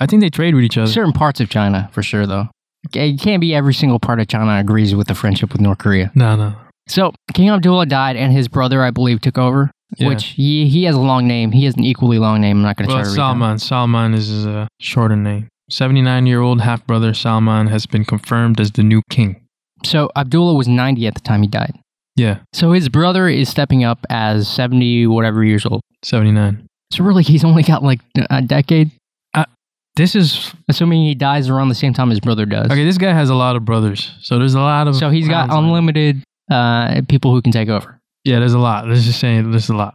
[SPEAKER 1] I think they trade with each other.
[SPEAKER 4] Certain parts of China, for sure, though. It can't be every single part of China agrees with the friendship with North Korea.
[SPEAKER 1] No, no.
[SPEAKER 4] So King Abdullah died, and his brother, I believe, took over.
[SPEAKER 1] Yeah.
[SPEAKER 4] Which he, he has a long name. He has an equally long name. I'm not going to
[SPEAKER 1] Well,
[SPEAKER 4] try to read.
[SPEAKER 1] Salman.
[SPEAKER 4] that.
[SPEAKER 1] Salman is his uh, shorter name. 79 year old half brother Salman has been confirmed as the new king.
[SPEAKER 4] So Abdullah was 90 at the time he died.
[SPEAKER 1] Yeah,
[SPEAKER 4] So his brother is stepping up as 70 whatever years old.
[SPEAKER 1] 79.
[SPEAKER 4] So really, he's only got like a decade,
[SPEAKER 1] This is
[SPEAKER 4] assuming he dies around the same time his brother does.
[SPEAKER 1] okay. This guy has a lot of brothers, so there's a lot of.
[SPEAKER 4] So he's got
[SPEAKER 1] crowns on him.
[SPEAKER 4] unlimited uh, people who can take over.
[SPEAKER 1] Yeah, there's a lot. Let's just say there's a lot.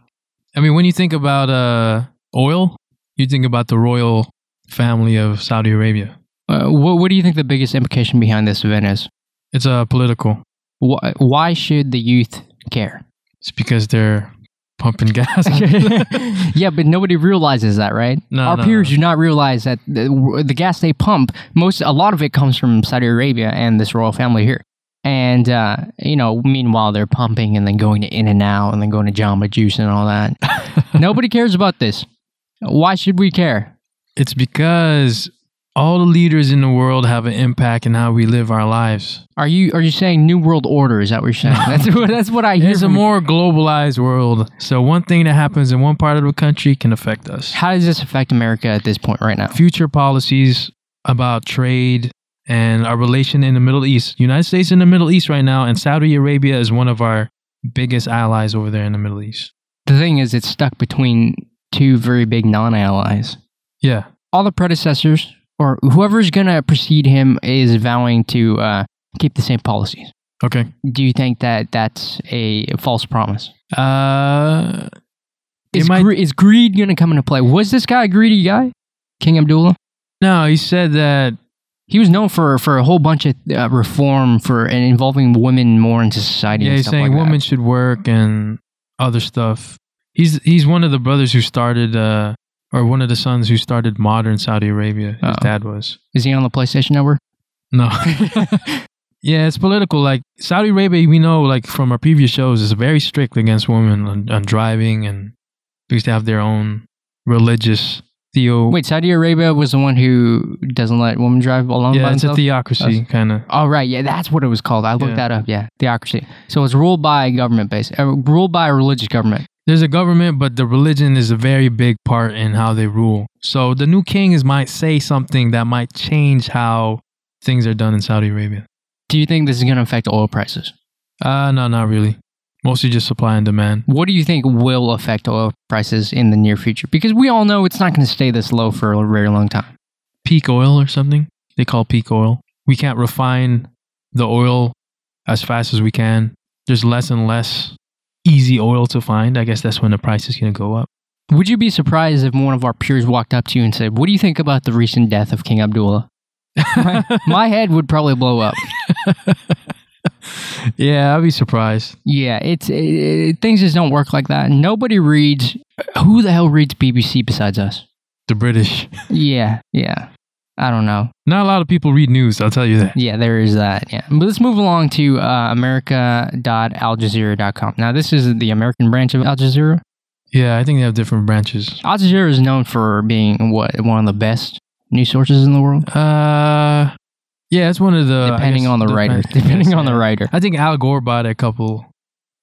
[SPEAKER 1] I mean, when you think about uh, oil, you think about the royal family of Saudi Arabia.
[SPEAKER 4] Uh, what, what do you think the biggest implication behind this event is?
[SPEAKER 1] It's uh, political.
[SPEAKER 4] Why, why should the youth care?
[SPEAKER 1] It's because they're pumping *laughs* gas.
[SPEAKER 4] yeah, but nobody realizes that, right?
[SPEAKER 1] No,
[SPEAKER 4] Our
[SPEAKER 1] no,
[SPEAKER 4] peers
[SPEAKER 1] no.
[SPEAKER 4] do not realize that the, the gas they pump, most a lot of it comes from Saudi Arabia and this royal family here. And uh, you know, meanwhile they're pumping and then going to In and Out and then going to Jamba Juice and
[SPEAKER 1] *laughs*
[SPEAKER 4] all that. nobody cares about this. Why should we care?
[SPEAKER 1] it's because all the leaders in the world have an impact in how we live our lives.
[SPEAKER 4] Are you are you saying New World Order? Is that what you're saying? That's what that's what I hear.
[SPEAKER 1] It's a
[SPEAKER 4] from-
[SPEAKER 1] more globalized world. So one thing that happens in one part of the country can affect us.
[SPEAKER 4] How does this affect America at this point right now?
[SPEAKER 1] Future policies about trade and our relation in the Middle East. United States in the Middle East right now, and Saudi Arabia is one of our biggest allies over there in the Middle East.
[SPEAKER 4] The thing is, it's stuck between two very big non-allies.
[SPEAKER 1] Yeah.
[SPEAKER 4] all the predecessors or whoever's going to precede him is vowing to uh, keep the same policies.
[SPEAKER 1] Okay.
[SPEAKER 4] Do you think that that's a false promise?
[SPEAKER 1] Uh,
[SPEAKER 4] Is,
[SPEAKER 1] it might,
[SPEAKER 4] gre- is greed going to come into play? Was this guy a greedy guy, King Abdullah?
[SPEAKER 1] no, he said that.
[SPEAKER 4] He was known for, for a whole bunch of uh, reform for and involving women more into society.
[SPEAKER 1] Yeah,
[SPEAKER 4] and
[SPEAKER 1] he's
[SPEAKER 4] stuff
[SPEAKER 1] saying
[SPEAKER 4] like that.
[SPEAKER 1] women should work and other stuff. He's he's one of the brothers who started, uh, or one of the sons who started modern Saudi Arabia. His
[SPEAKER 4] Oh.
[SPEAKER 1] dad was.
[SPEAKER 4] Is he on the
[SPEAKER 1] *laughs*
[SPEAKER 4] PlayStation Network?
[SPEAKER 1] No. yeah, it's political. Like Saudi Arabia, we know, like from our previous shows, is very strict against women on, on driving and because they have their own religious theo.
[SPEAKER 4] Wait, Saudi Arabia was the one who doesn't let women drive alone by
[SPEAKER 1] yeah, it's a
[SPEAKER 4] themselves?
[SPEAKER 1] theocracy kind of.
[SPEAKER 4] Oh, right. Yeah, that's what it was called. I looked
[SPEAKER 1] Yeah.
[SPEAKER 4] that up. Yeah, theocracy. So it's ruled by government based, uh, ruled by a religious government.
[SPEAKER 1] There's a government, but the religion is a very big part in how they rule. So the new king is might say something that might change how things are done in Saudi Arabia.
[SPEAKER 4] Do you think this is going to affect oil prices?
[SPEAKER 1] Uh no, not really. Mostly just supply and demand.
[SPEAKER 4] What do you think will affect oil prices in the near future? Because we all know it's not going to stay this low for a very long time.
[SPEAKER 1] peak oil or something. They call peak oil. We can't refine the oil as fast as we can. There's less and less easy oil to find. I guess that's when the price is going to go up.
[SPEAKER 4] Would you be surprised if one of our peers walked up to you and said, What do you think about the recent death of King Abdullah? my, my head would probably blow up.
[SPEAKER 1] *laughs* Yeah, I'd be surprised.
[SPEAKER 4] Yeah, it's it, it, things just don't work like that. Nobody reads. Who the hell reads BBC besides us?
[SPEAKER 1] The British.
[SPEAKER 4] Yeah, yeah. I don't know.
[SPEAKER 1] Not a lot of people read news, I'll tell you that.
[SPEAKER 4] Yeah, there is that. Yeah. But let's move along to uh, america.aljazeera.com. Now, this is the American branch of Al Jazeera.
[SPEAKER 1] Yeah, I think they have different branches.
[SPEAKER 4] Al Jazeera is known for being what one of the best news sources in the world,
[SPEAKER 1] Uh, yeah, it's one of the I
[SPEAKER 4] depending
[SPEAKER 1] guess,
[SPEAKER 4] on the
[SPEAKER 1] depend-
[SPEAKER 4] writer.
[SPEAKER 1] Uh, yes,
[SPEAKER 4] *laughs* Depending on the
[SPEAKER 1] yeah.
[SPEAKER 4] writer.
[SPEAKER 1] I think Al Gore bought it a couple,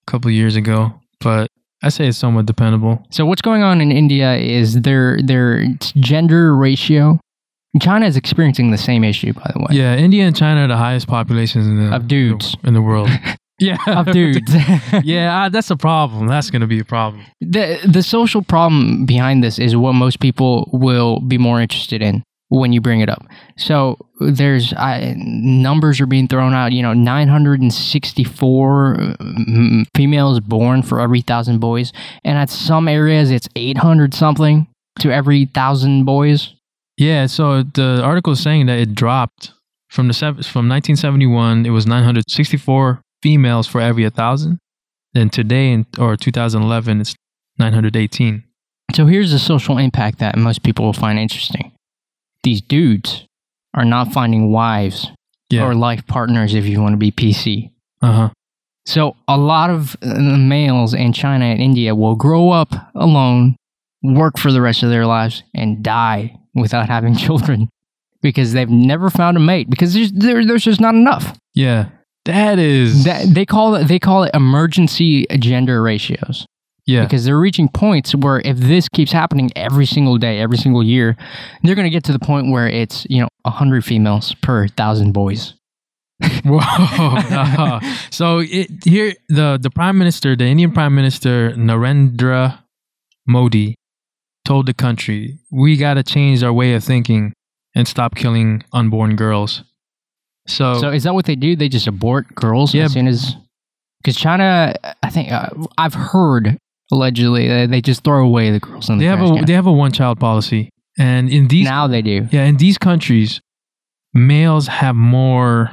[SPEAKER 1] couple years ago, but I say it's somewhat dependable.
[SPEAKER 4] So what's going on in India is their their gender ratio. China is experiencing the same issue, by the way.
[SPEAKER 1] Yeah, India and China are the highest populations in the
[SPEAKER 4] Of dudes.
[SPEAKER 1] in the world. yeah,
[SPEAKER 4] Of dudes.
[SPEAKER 1] *laughs* yeah, I, that's a problem. That's gonna be a problem.
[SPEAKER 4] the the social problem behind this is what most people will be more interested in when you bring it up. So there's I, numbers are being thrown out. You know, 964 mm, females born for every thousand boys, and at some areas it's 800 something to every thousand boys.
[SPEAKER 1] Yeah, so the article is saying that it dropped from the sev- from 1971. It was 964 females for every 1,000. Then today, in, or 2011, it's 918.
[SPEAKER 4] So here's the social impact that most people will find interesting. These dudes are not finding wives
[SPEAKER 1] Yeah.
[SPEAKER 4] or life partners if you want to be PC.
[SPEAKER 1] Uh huh.
[SPEAKER 4] So a lot of uh, males in China and India will grow up alone, work for the rest of their lives, and die without having *laughs* children because they've never found a mate because there's, there, there's just not enough.
[SPEAKER 1] Yeah, that is
[SPEAKER 4] That, they call it they call it emergency gender ratios
[SPEAKER 1] yeah.
[SPEAKER 4] because they're reaching points where if this keeps happening every single day, every single year, they're going to get to the point where it's you know hundred females per thousand boys.
[SPEAKER 1] Whoa. *laughs* Uh-huh. so it, here, the, the prime minister, the Indian prime minister, Narendra Modi, told the country, we got to change our way of thinking and stop killing unborn girls. So,
[SPEAKER 4] So is that what they do? They just abort girls
[SPEAKER 1] Yeah.
[SPEAKER 4] as soon as because China, I think uh, I've heard allegedly uh, they just throw away the girls in the
[SPEAKER 1] they have
[SPEAKER 4] trash
[SPEAKER 1] a
[SPEAKER 4] can.
[SPEAKER 1] they have a one child policy, and in these
[SPEAKER 4] now they do
[SPEAKER 1] yeah in these countries, males have more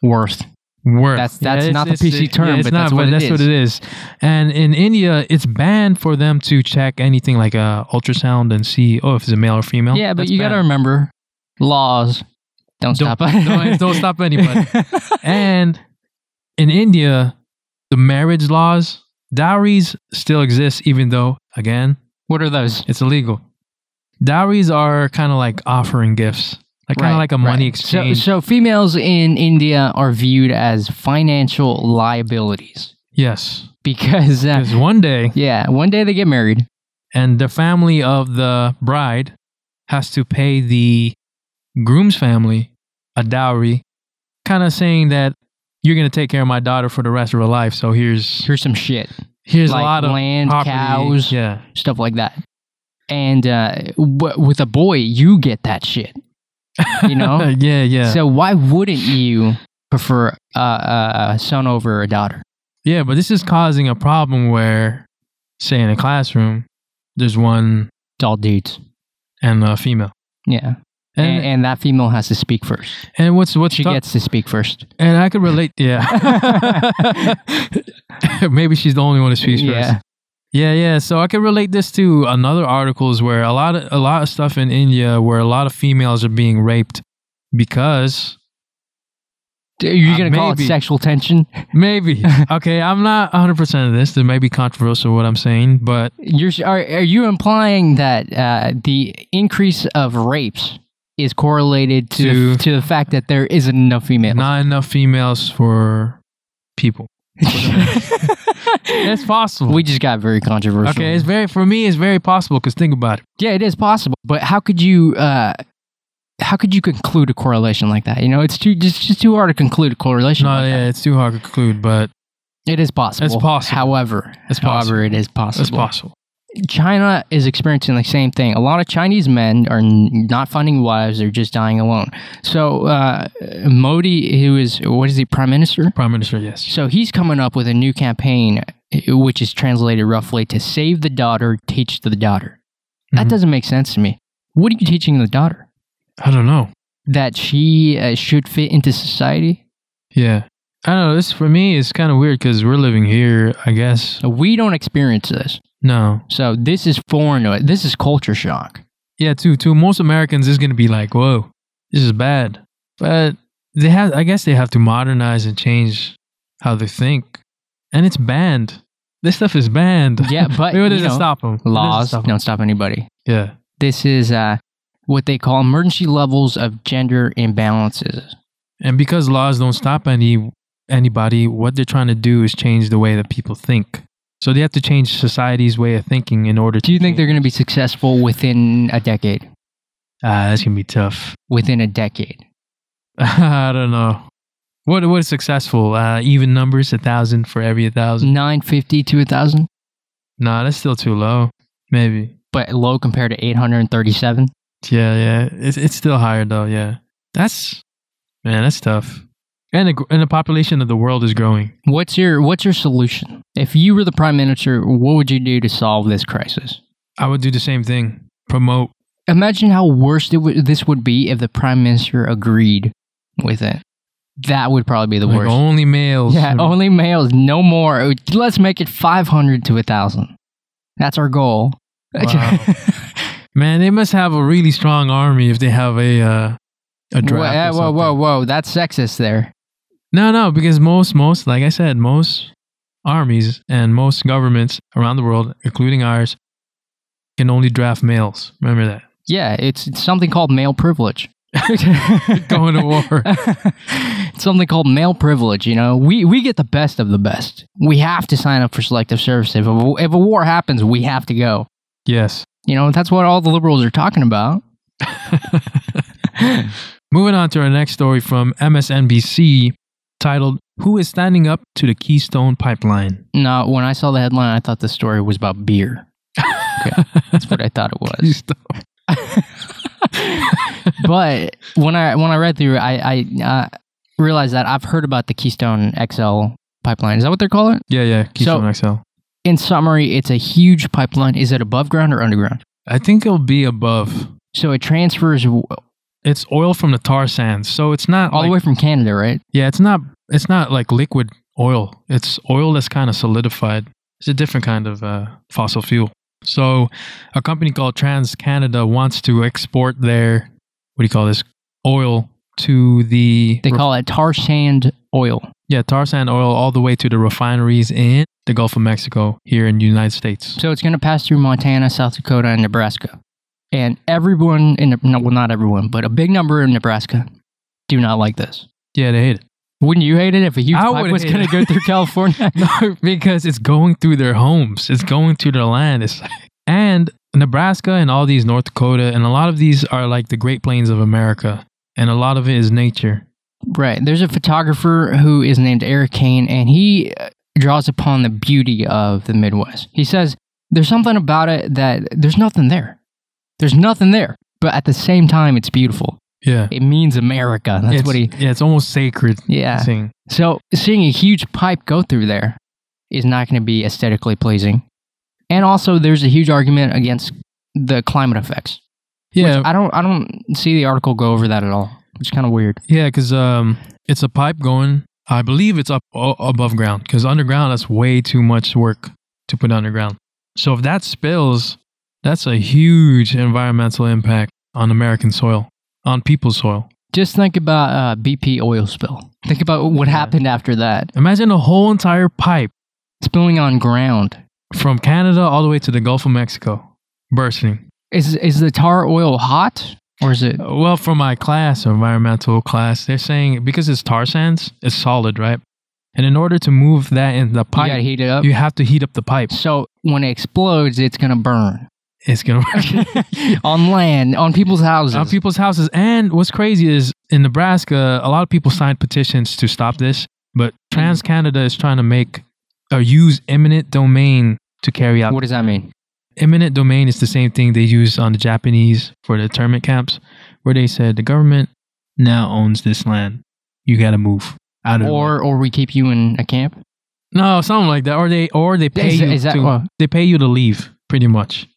[SPEAKER 4] worth.
[SPEAKER 1] worth.
[SPEAKER 4] That's- that's not the PC
[SPEAKER 1] it-
[SPEAKER 4] term,
[SPEAKER 1] it's
[SPEAKER 4] but that's what it
[SPEAKER 1] that's what
[SPEAKER 4] is.
[SPEAKER 1] it is. And in India, it's banned for them to check anything like a ultrasound and see oh if it's a male or female.
[SPEAKER 4] yeah, but
[SPEAKER 1] That's
[SPEAKER 4] you got to
[SPEAKER 1] banned.
[SPEAKER 4] remember laws don't,
[SPEAKER 1] *laughs*
[SPEAKER 4] stop.
[SPEAKER 1] don't, don't
[SPEAKER 4] *laughs*
[SPEAKER 1] stop anybody. and in India, the marriage laws, dowries still exist, even though again
[SPEAKER 4] what are those?
[SPEAKER 1] It's illegal. Dowries are kind of like offering gifts, like kind of
[SPEAKER 4] Right,
[SPEAKER 1] like a money
[SPEAKER 4] right.
[SPEAKER 1] exchange.
[SPEAKER 4] So, so females in India are viewed as financial liabilities
[SPEAKER 1] yes,
[SPEAKER 4] because uh,
[SPEAKER 1] because one day,
[SPEAKER 4] yeah, one day they get married.
[SPEAKER 1] and the family of the bride has to pay the groom's family a dowry, kind of saying that you're gonna take care of my daughter for the rest of her life. So here's
[SPEAKER 4] Here's some shit.
[SPEAKER 1] here's
[SPEAKER 4] like
[SPEAKER 1] a lot of
[SPEAKER 4] land,
[SPEAKER 1] property.
[SPEAKER 4] cows.
[SPEAKER 1] Yeah,
[SPEAKER 4] stuff like that. And uh, w- with a boy, you get that shit. You know?
[SPEAKER 1] *laughs* yeah, yeah,
[SPEAKER 4] So why wouldn't you prefer uh, a a son over a daughter?
[SPEAKER 1] yeah. But this is causing a problem where, say, in a classroom, there's one
[SPEAKER 4] It's all dudes.
[SPEAKER 1] and a female.
[SPEAKER 4] Yeah. And, and that female has to speak first.
[SPEAKER 1] And what's what's
[SPEAKER 4] She
[SPEAKER 1] tou-
[SPEAKER 4] gets to speak first.
[SPEAKER 1] and I could relate.
[SPEAKER 4] *laughs*
[SPEAKER 1] Yeah, *laughs* maybe she's the only one who speaks
[SPEAKER 4] Yeah.
[SPEAKER 1] first. Yeah, yeah. So I could relate this to another articles where a lot of a lot of stuff in India where a lot of females are being raped because
[SPEAKER 4] You're
[SPEAKER 1] Uh,
[SPEAKER 4] going to call it
[SPEAKER 1] maybe.
[SPEAKER 4] sexual tension?
[SPEAKER 1] *laughs* maybe okay, I'm not 100 percent of this. There may be controversial what I'm saying, but
[SPEAKER 4] You're, are, are you implying that uh, the increase of rapes is correlated to,
[SPEAKER 1] To-
[SPEAKER 4] to the fact that there isn't enough females? *laughs*
[SPEAKER 1] not enough females for people.
[SPEAKER 4] *laughs*
[SPEAKER 1] It's possible.
[SPEAKER 4] we just got very controversial.
[SPEAKER 1] Mm-hmm. okay, it's very for me. It's very possible because think about it.
[SPEAKER 4] Yeah, it is possible, but how could you uh, how could you conclude a correlation like that? You know, it's too it's just too hard to conclude a correlation.
[SPEAKER 1] No,
[SPEAKER 4] like
[SPEAKER 1] yeah, it's too hard to conclude, but
[SPEAKER 4] that. it is possible.
[SPEAKER 1] It's possible.
[SPEAKER 4] However,
[SPEAKER 1] It's
[SPEAKER 4] however, it is possible.
[SPEAKER 1] it's possible.
[SPEAKER 4] China is experiencing the same thing. A lot of Chinese men are n- not finding wives; they're just dying alone. So uh, Modi, who is what is he, prime minister?
[SPEAKER 1] Prime Minister, yes.
[SPEAKER 4] So he's coming up with a new campaign, eh, which is translated roughly to "Save the daughter, teach the daughter." That
[SPEAKER 1] Mhm.
[SPEAKER 4] doesn't make sense to me. What are you teaching the daughter?
[SPEAKER 1] I don't know.
[SPEAKER 4] that she uh, should fit into society.
[SPEAKER 1] Yeah. I don't know. This for me is kind of weird because we're living here, I guess.
[SPEAKER 4] We don't experience this.
[SPEAKER 1] No.
[SPEAKER 4] So this is foreign to it. This is culture shock.
[SPEAKER 1] Yeah, to to most Americans it's gonna be like, whoa, this is bad. But they have I guess they have to modernize and change how they think. And it's banned This stuff is banned.
[SPEAKER 4] Yeah,
[SPEAKER 1] *laughs*
[SPEAKER 4] but,
[SPEAKER 1] Maybe it
[SPEAKER 4] you
[SPEAKER 1] doesn't
[SPEAKER 4] know,
[SPEAKER 1] stop them.
[SPEAKER 4] Laws don't stop anybody.
[SPEAKER 1] Yeah.
[SPEAKER 4] This is uh, what they call emergency levels of gender imbalances.
[SPEAKER 1] And because laws don't stop any anybody, what they're trying to do is change the way that people think. So they have to change society's way of thinking in order.
[SPEAKER 4] Do you think they're going to be successful within a decade?
[SPEAKER 1] Ah, that's gonna be tough. *laughs*
[SPEAKER 4] Within a decade.
[SPEAKER 1] I don't know. What what is successful? Uh, even numbers, a thousand for every a thousand.
[SPEAKER 4] 950 to 1,000,
[SPEAKER 1] Nah, that's still too low. Maybe.
[SPEAKER 4] but low compared to 837.
[SPEAKER 1] Yeah, yeah. It's it's still higher though. Yeah. That's man, that's tough. And the, gr- and the population of the world is growing.
[SPEAKER 4] What's your what's your solution? If you were the prime minister, what would you do to solve this crisis?
[SPEAKER 1] I would do the same thing. Promote.
[SPEAKER 4] Imagine how worse it would this would be if the prime minister agreed with it. That would probably be the
[SPEAKER 1] Like,
[SPEAKER 4] worst.
[SPEAKER 1] only males.
[SPEAKER 4] Yeah, only males, no more. Let's make it 500 to 1,000. That's our goal.
[SPEAKER 1] Wow.
[SPEAKER 4] *laughs*
[SPEAKER 1] Man, they must have a really strong army if they have a uh, a draft. or
[SPEAKER 4] whoa, eh, whoa, whoa,
[SPEAKER 1] something.
[SPEAKER 4] whoa. That's sexist there.
[SPEAKER 1] No, no, because most most like I said, most armies and most governments around the world, including ours, can only draft males. Remember
[SPEAKER 4] *laughs*
[SPEAKER 1] that.
[SPEAKER 4] Yeah, it's, it's something called male
[SPEAKER 1] *laughs*
[SPEAKER 4] privilege. *laughs*
[SPEAKER 1] Going to war.
[SPEAKER 4] It's *laughs* something called male privilege, you know. We we get the best of the best. We have to sign up for selective service. If a, if a war happens, we have to go.
[SPEAKER 1] Yes.
[SPEAKER 4] You know, that's what all the liberals are talking about.
[SPEAKER 1] *laughs* Moving on to our next story from MSNBC titled Who is standing up to the Keystone Pipeline?
[SPEAKER 4] No, when I saw the headline, I thought the story was about beer. Okay, that's what I thought it
[SPEAKER 1] *laughs*
[SPEAKER 4] was.
[SPEAKER 1] Keystone.
[SPEAKER 4] but when I when I read through, it, I I uh, realized that I've heard about the Keystone XL pipeline. Is that what they call it?
[SPEAKER 1] Yeah, yeah, Keystone XL.
[SPEAKER 4] In summary, it's a huge pipeline. Is it above ground or underground?
[SPEAKER 1] I think it'll be above.
[SPEAKER 4] So it transfers w-
[SPEAKER 1] It's oil from the tar sands, so it's not
[SPEAKER 4] all the
[SPEAKER 1] like-
[SPEAKER 4] way from Canada, right?
[SPEAKER 1] Yeah, it's not it's not like liquid oil. It's oil that's kind of solidified. It's a different kind of uh, fossil fuel. So, a company called TransCanada wants to export their what do you call this oil to the
[SPEAKER 4] They call it tar sand oil.
[SPEAKER 1] yeah tar sand oil all the way to the refineries in the Gulf of Mexico here in the United States.
[SPEAKER 4] So it's going to pass through Montana, South Dakota, and Nebraska. And everyone in no, well, not everyone, but a big number in Nebraska do not like this.
[SPEAKER 1] Yeah, they hate it *laughs*
[SPEAKER 4] Wouldn't you hate it if a huge
[SPEAKER 1] I
[SPEAKER 4] pipe
[SPEAKER 1] would
[SPEAKER 4] was
[SPEAKER 1] hate
[SPEAKER 4] going to
[SPEAKER 1] it.
[SPEAKER 4] go
[SPEAKER 1] *laughs*
[SPEAKER 4] through California?
[SPEAKER 1] no, because it's going through their homes. It's going through their land. It's like, and Nebraska and all these North Dakota and a lot of these are like the Great Plains of America, and a lot of it is nature.
[SPEAKER 4] Right. There's a photographer who is named Eric Kane, and he uh, draws upon the beauty of the Midwest. He says, There's something about it that there's nothing there. There's nothing there. But at the same time, it's beautiful.
[SPEAKER 1] Yeah,
[SPEAKER 4] It means America. That's
[SPEAKER 1] it's,
[SPEAKER 4] what he,
[SPEAKER 1] Yeah, it's almost sacred.
[SPEAKER 4] yeah.
[SPEAKER 1] Thing.
[SPEAKER 4] So seeing a huge pipe go through there is not going to be aesthetically pleasing. And also, there's a huge argument against the climate effects.
[SPEAKER 1] Yeah,
[SPEAKER 4] I don't, I don't see the article go over that at all. It's kind of weird.
[SPEAKER 1] yeah, because um, it's a pipe going. I believe it's up o- above ground because underground that's way too much work to put underground. So if that spills, that's a huge environmental impact on American soil, on people's soil.
[SPEAKER 4] Just think about uh, BP oil spill. Think about what
[SPEAKER 1] Yeah.
[SPEAKER 4] happened after that.
[SPEAKER 1] Imagine a whole entire pipe
[SPEAKER 4] Spilling on ground.
[SPEAKER 1] from Canada all the way to the Gulf of Mexico bursting.
[SPEAKER 4] Is is the tar oil hot or is it?
[SPEAKER 1] Well, for my class, environmental class, they're saying because it's tar sands, it's solid, right? And in order to move that in the
[SPEAKER 4] You gotta
[SPEAKER 1] pipe,
[SPEAKER 4] heat it up.
[SPEAKER 1] you, have to heat up the pipe.
[SPEAKER 4] so when it explodes, it's
[SPEAKER 1] *laughs*
[SPEAKER 4] gonna burn
[SPEAKER 1] It's gonna
[SPEAKER 4] on land, on people's houses.
[SPEAKER 1] on people's houses. And what's crazy is in Nebraska, a lot of people signed petitions to stop this, but
[SPEAKER 4] Mm-hmm.
[SPEAKER 1] TransCanada is trying to make or use eminent domain to carry out
[SPEAKER 4] what does that mean?
[SPEAKER 1] eminent domain is the same thing they use on the Japanese for the internment camps, where they said the government now owns this land. You got to move out of the way."
[SPEAKER 4] Or or we keep you in a camp?
[SPEAKER 1] no something like that, or they or they pay
[SPEAKER 4] Is-
[SPEAKER 1] you
[SPEAKER 4] is that
[SPEAKER 1] to,
[SPEAKER 4] what-
[SPEAKER 1] they pay you to leave pretty much.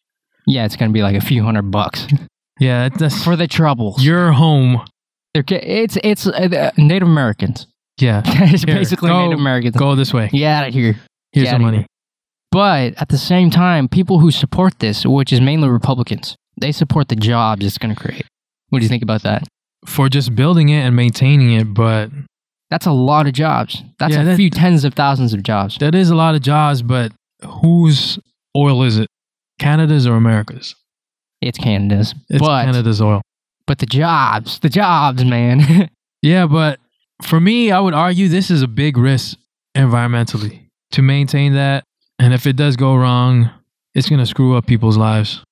[SPEAKER 4] Yeah, it's gonna be like a few hundred bucks
[SPEAKER 1] Yeah, that- that's
[SPEAKER 4] for the troubles.
[SPEAKER 1] your home.
[SPEAKER 4] They're ca- it's it's uh, Native Americans. *laughs*
[SPEAKER 1] Yeah,
[SPEAKER 4] it's
[SPEAKER 1] Here,
[SPEAKER 4] basically
[SPEAKER 1] go-
[SPEAKER 4] Native Americans.
[SPEAKER 1] go this way.
[SPEAKER 4] Get out of here.
[SPEAKER 1] Here's
[SPEAKER 4] outta
[SPEAKER 1] the money.
[SPEAKER 4] here. But at the same time, people who support this, which is mainly Republicans, they support the jobs it's going to create. What do you think about that?
[SPEAKER 1] for just building it and maintaining it, but
[SPEAKER 4] That's a lot of jobs. That's
[SPEAKER 1] Yeah,
[SPEAKER 4] a
[SPEAKER 1] that-
[SPEAKER 4] few tens of thousands of jobs.
[SPEAKER 1] that is a lot of jobs. But whose oil is it? Canada's or America's?
[SPEAKER 4] It's Canada's.
[SPEAKER 1] It's
[SPEAKER 4] but
[SPEAKER 1] Canada's oil.
[SPEAKER 4] but the jobs, the jobs, man. *laughs*
[SPEAKER 1] Yeah, but for me, I would argue this is a big risk environmentally to maintain that. And if it does go wrong, it's going to screw up people's lives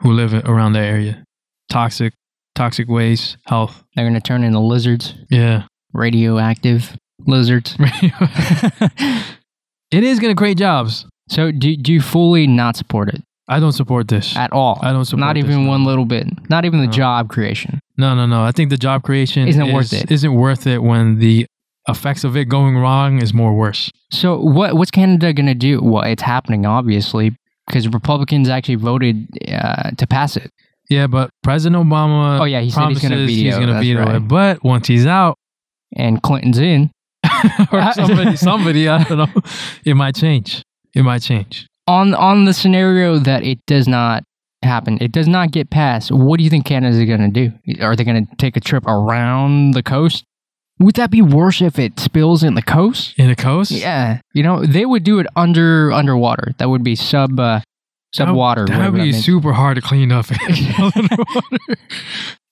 [SPEAKER 1] who live around that area. Toxic, toxic waste, health.
[SPEAKER 4] They're gonna turn into lizards,
[SPEAKER 1] Yeah. *laughs*
[SPEAKER 4] radioactive lizards.
[SPEAKER 1] it is going to create jobs.
[SPEAKER 4] so do do you fully not support it
[SPEAKER 1] I don't support this.
[SPEAKER 4] at all?
[SPEAKER 1] I don't support
[SPEAKER 4] Not
[SPEAKER 1] this,
[SPEAKER 4] even
[SPEAKER 1] no.
[SPEAKER 4] one little bit. Not even the
[SPEAKER 1] No.
[SPEAKER 4] job creation.
[SPEAKER 1] No, no, no. I think the job creation
[SPEAKER 4] Isn't
[SPEAKER 1] is,
[SPEAKER 4] worth it.
[SPEAKER 1] Isn't worth it when the effects of it going wrong is more worse.
[SPEAKER 4] So what what's Canada going to do? Well, it's happening obviously because Republicans actually voted uh, to pass it.
[SPEAKER 1] Yeah, but President Obama
[SPEAKER 4] Oh, yeah, he said he's
[SPEAKER 1] Uh, promises
[SPEAKER 4] gonna
[SPEAKER 1] he's
[SPEAKER 4] veto,
[SPEAKER 1] going to
[SPEAKER 4] that's
[SPEAKER 1] veto
[SPEAKER 4] right.
[SPEAKER 1] it. But once he's out, *laughs*
[SPEAKER 4] And Clinton's in. *laughs*
[SPEAKER 1] or somebody, somebody, I don't know. It might change. It might change.
[SPEAKER 4] On on the scenario that it does not happen, it does not get passed. What do you think Canada's going to do? Are they going to take a trip around the coast? Would that be worse if it spills in the coast?
[SPEAKER 1] In the coast?
[SPEAKER 4] Yeah, you know they would do it under underwater. That would be sub uh,
[SPEAKER 1] That-
[SPEAKER 4] subwater.
[SPEAKER 1] That
[SPEAKER 4] whatever
[SPEAKER 1] would be
[SPEAKER 4] means.
[SPEAKER 1] super hard to clean up. *laughs*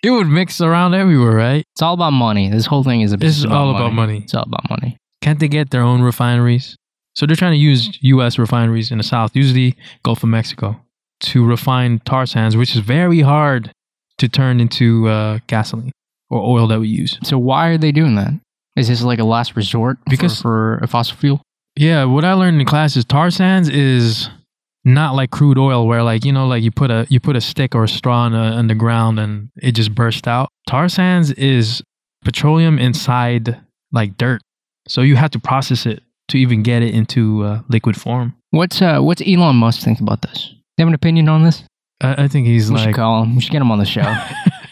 [SPEAKER 1] it would mix around everywhere, right?
[SPEAKER 4] It's all about money. This whole thing is a
[SPEAKER 1] This is
[SPEAKER 4] about
[SPEAKER 1] all about money.
[SPEAKER 4] It's all about money.
[SPEAKER 1] Can't they get their own refineries? So they're trying to use U.S. refineries in the South, usually Gulf of Mexico, to refine tar sands, which is very hard to turn into uh, gasoline or oil that we use.
[SPEAKER 4] So why are they doing that? Is this like a last resort for-
[SPEAKER 1] Because-
[SPEAKER 4] for, a fossil fuel?
[SPEAKER 1] Yeah, what I learned in class is tar sands is not like crude oil where like you know like you put a you put a stick or a straw in, a, in the ground and it just bursts out. Tar sands is petroleum inside like dirt, so you have to process it to even get it into uh, liquid form.
[SPEAKER 4] What's uh, what's Elon Musk think about this? You have an opinion on this?
[SPEAKER 1] I, I think he's
[SPEAKER 4] we should
[SPEAKER 1] like
[SPEAKER 4] call him. We should get him on the show.
[SPEAKER 1] *laughs*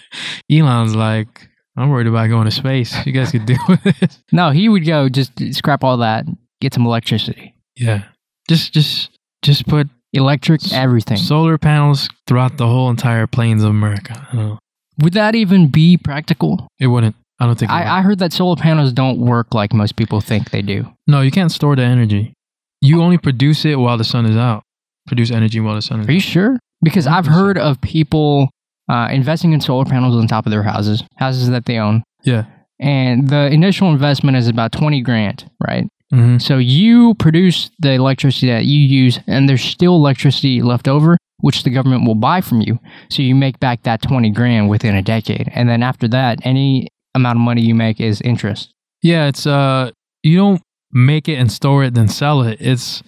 [SPEAKER 1] Elon's like I'm worried about going to space. You guys could deal *laughs* with it.
[SPEAKER 4] no, he would go just scrap all that, get some electricity,
[SPEAKER 1] Yeah, just just just put
[SPEAKER 4] electric
[SPEAKER 1] S-
[SPEAKER 4] everything.
[SPEAKER 1] solar panels throughout the whole entire plains of America. I don't know.
[SPEAKER 4] would that even be practical?
[SPEAKER 1] It wouldn't. I don't think. it would.
[SPEAKER 4] I, I heard that solar panels don't work like most people think they do.
[SPEAKER 1] No, you can't store the energy. You only produce it while the sun is out. Produce energy while the sun is
[SPEAKER 4] Are you sure? Because I've
[SPEAKER 1] 100%.
[SPEAKER 4] heard of people uh, investing in solar panels on top of their houses, houses that they own.
[SPEAKER 1] Yeah.
[SPEAKER 4] And the initial investment is about 20 grand, right?
[SPEAKER 1] out. Mhm.
[SPEAKER 4] So you produce the electricity that you use, and there's still electricity left over, which the government will buy from you. So you make back that 20 grand within a decade. And then after that, any amount of money you make is interest.
[SPEAKER 1] Yeah, it's uh you don't make it and store it then sell it. It's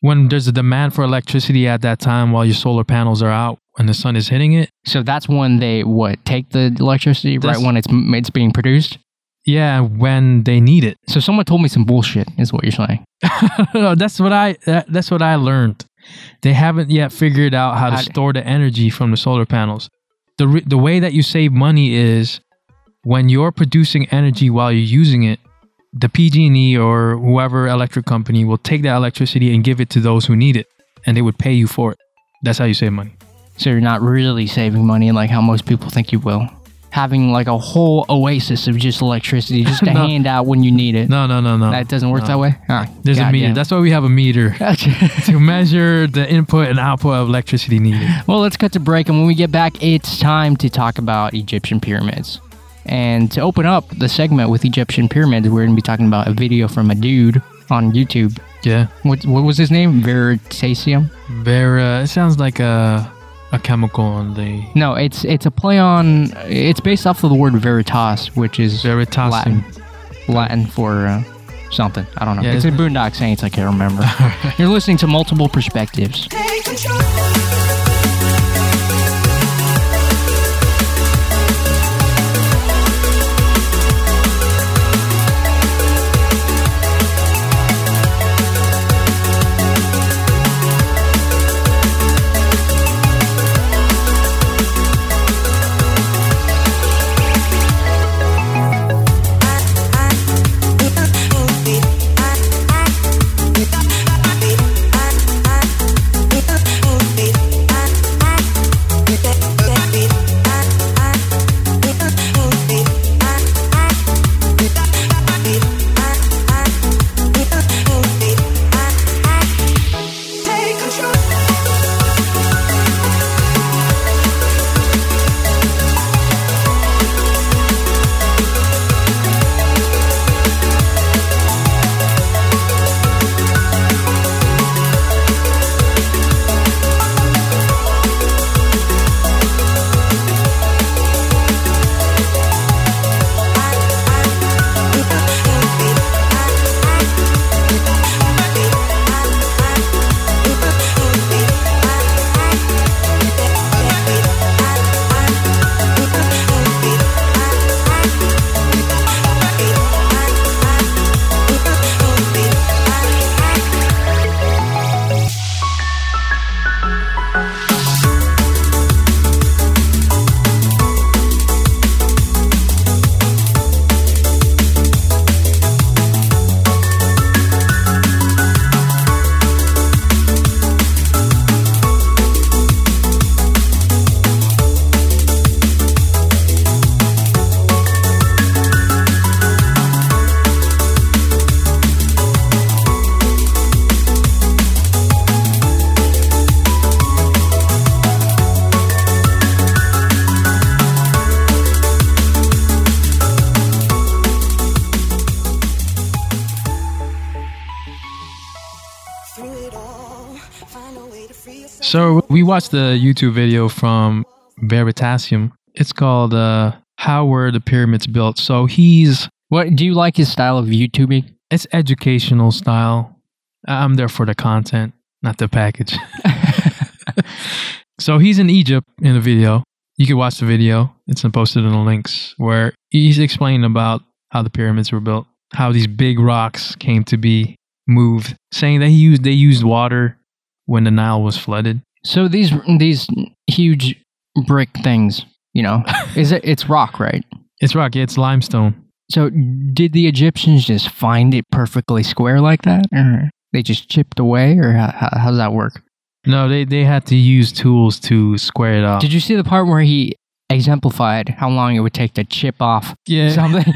[SPEAKER 1] when there's a demand for electricity at that time while your solar panels are out and the sun is hitting it.
[SPEAKER 4] So that's when they what take the electricity
[SPEAKER 1] That's-
[SPEAKER 4] right when it's it's being produced.
[SPEAKER 1] Yeah, when they need it. *laughs*
[SPEAKER 4] So someone told me some bullshit is what you're saying.
[SPEAKER 1] No, that's what I that, that's what I learned. They haven't yet figured out how to
[SPEAKER 4] How to-
[SPEAKER 1] store the energy from the solar panels. The re- the way that you save money is when you're producing energy while you're using it, the PG&E E or whoever electric company will take that electricity and give it to those who need it and they would pay you for it. That's how you save money.
[SPEAKER 4] So you're not really saving money like how most people think you will. Having like a whole oasis of just electricity just to
[SPEAKER 1] *laughs* No.
[SPEAKER 4] hand out when you need it.
[SPEAKER 1] No, no, no, no.
[SPEAKER 4] That doesn't work that way. Ah,
[SPEAKER 1] There's a meter.
[SPEAKER 4] goddamn.
[SPEAKER 1] That's why we have a meter *laughs*
[SPEAKER 4] Gotcha.
[SPEAKER 1] to measure the input and output of electricity needed.
[SPEAKER 4] *laughs* well, let's cut to break, and when we get back, it's time to talk about Egyptian pyramids. And to open up the segment with Egyptian pyramids, we're going to be talking about a video from a dude on YouTube.
[SPEAKER 1] Yeah.
[SPEAKER 4] What, what was his name? Veritasium?
[SPEAKER 1] Vera, uh, it sounds like a a chemical on the
[SPEAKER 4] No, it's it's a play on. It's based off of the word veritas, which is
[SPEAKER 1] Veritas.
[SPEAKER 4] Latin, Latin for uh, something. I don't know.
[SPEAKER 1] Yeah,
[SPEAKER 4] it's in
[SPEAKER 1] isn't
[SPEAKER 4] Boondock Saints. I can't remember. *laughs* You're listening to multiple perspectives.
[SPEAKER 6] Take control.
[SPEAKER 7] Beat.
[SPEAKER 1] So we watched the YouTube video from Veritasium. It's called uh, "How Were the Pyramids Built." So he's
[SPEAKER 4] What do you like his style of YouTubing?
[SPEAKER 1] it's educational style. I- I'm there for the content, not the package. *laughs* so he's in Egypt in the video. You can watch the video. It's been posted in the links where he's explaining about how the pyramids were built, how these big rocks came to be moved, saying that he used they used water when the Nile was flooded.
[SPEAKER 4] So these these huge brick things, you *laughs* know, is it? It's rock, right?
[SPEAKER 1] It's rock. yeah, It's limestone.
[SPEAKER 4] So did the Egyptians just find it perfectly square like that, or they just chipped away, or how, how, how does that work?
[SPEAKER 1] No, they they had to use tools to square it off.
[SPEAKER 4] Did you see the part where he exemplified how long it would take to chip off
[SPEAKER 1] yeah,
[SPEAKER 4] something? *laughs*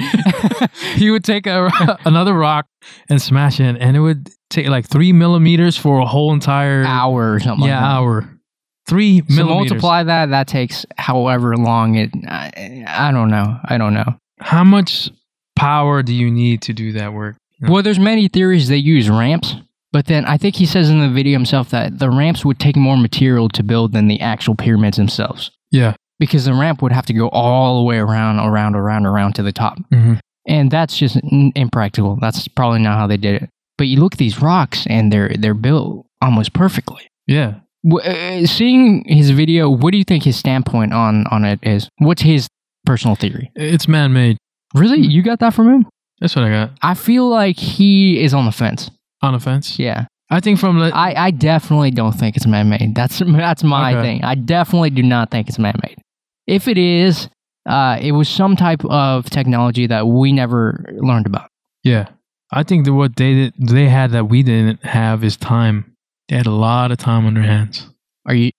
[SPEAKER 1] he would take a, another rock and smash it, and it would take like three millimeters for a whole entire
[SPEAKER 4] hour or something.
[SPEAKER 1] yeah
[SPEAKER 4] like that.
[SPEAKER 1] hour. Three
[SPEAKER 4] So
[SPEAKER 1] millimeters.
[SPEAKER 4] multiply that. That takes however long it. I, I don't know. I don't know.
[SPEAKER 1] How much power do you need to do that work?
[SPEAKER 4] Well, there's many theories they use ramps, but then I think he says in the video himself that the ramps would take more material to build than the actual pyramids themselves
[SPEAKER 1] Yeah.
[SPEAKER 4] because the ramp would have to go all the way around, around, around, around to the top.
[SPEAKER 1] Mhm.
[SPEAKER 4] And that's just n- impractical. That's probably not how they did it. But you look at these rocks and they're they're built almost perfectly.
[SPEAKER 1] Yeah.
[SPEAKER 4] W- uh, seeing his video, what do you think his standpoint on on it is? What's his personal theory?
[SPEAKER 1] It's man made.
[SPEAKER 4] Really? You got that from him?
[SPEAKER 1] That's what I got.
[SPEAKER 4] I feel like he is on the fence.
[SPEAKER 1] On offense.
[SPEAKER 4] Yeah.
[SPEAKER 1] I think from the
[SPEAKER 4] I, I definitely don't think it's man made. That's *laughs* that's my
[SPEAKER 1] Okay.
[SPEAKER 4] thing. I definitely do not think it's man made. If it is, uh, it was some type of technology that we never learned about.
[SPEAKER 1] Yeah. I think that what they did, they had that we didn't have is time. They had a lot of time on their hands.
[SPEAKER 4] Are you?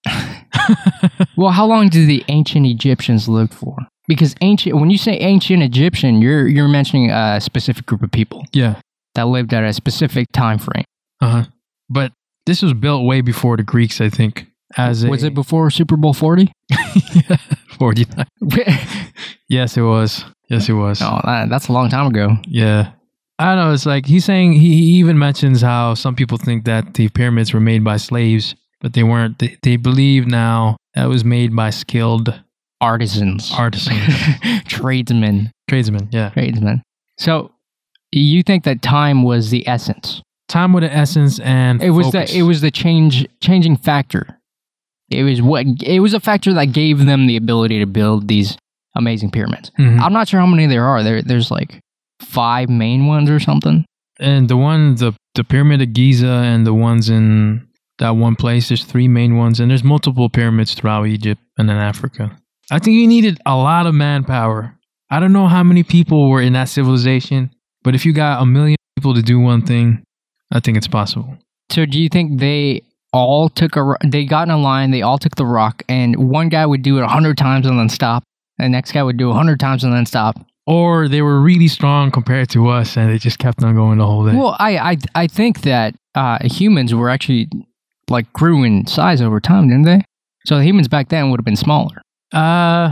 [SPEAKER 4] well, how long did the ancient Egyptians live for? Because ancient, when you say ancient Egyptian, you're you're mentioning a specific group of people
[SPEAKER 1] Yeah.
[SPEAKER 4] that lived at a specific time frame.
[SPEAKER 1] Uh-huh. But this was built way before the Greeks, I think. As
[SPEAKER 4] was
[SPEAKER 1] a,
[SPEAKER 4] it before Super
[SPEAKER 1] *laughs*
[SPEAKER 4] Bowl forty?
[SPEAKER 1] before 49?
[SPEAKER 4] no,
[SPEAKER 1] Yes, it was. Yes, it was.
[SPEAKER 4] that, uh, that's a long time ago.
[SPEAKER 1] Yeah. I don't know. It's like he's saying he, he even mentions how some people think that the pyramids were made by slaves, but they weren't. They, they believe now that was made by skilled
[SPEAKER 4] Artisans, *laughs*
[SPEAKER 1] artisans,
[SPEAKER 4] tradesmen.
[SPEAKER 1] tradesmen. Yeah.
[SPEAKER 4] Great, man. So you think that time was the essence?
[SPEAKER 1] Time with an essence and
[SPEAKER 4] It was
[SPEAKER 1] focus.
[SPEAKER 4] the it was the change changing factor. It was what it was a factor that gave them the ability to build these amazing pyramids.
[SPEAKER 1] Mhm.
[SPEAKER 4] I'm not sure how many there are. There there's like five main ones or something.
[SPEAKER 1] and the one the the pyramid of Giza and the ones in that one place. There's three main ones, and there's multiple pyramids throughout Egypt and in Africa. I think you needed a lot of manpower. I don't know how many people were in that civilization, but if you got a million people to do one thing, I think it's possible.
[SPEAKER 4] So do you think they all took a ro- they got in a line, they all took the rock and one guy would do it 100 times and then stop. The next guy would do 100 times and then stop.
[SPEAKER 1] Or they were really strong compared to us, and they just kept on going the whole day.
[SPEAKER 4] Well, I I, I think that uh, humans were actually like grew in size over time, didn't they? So the humans back then would have been smaller.
[SPEAKER 1] uh,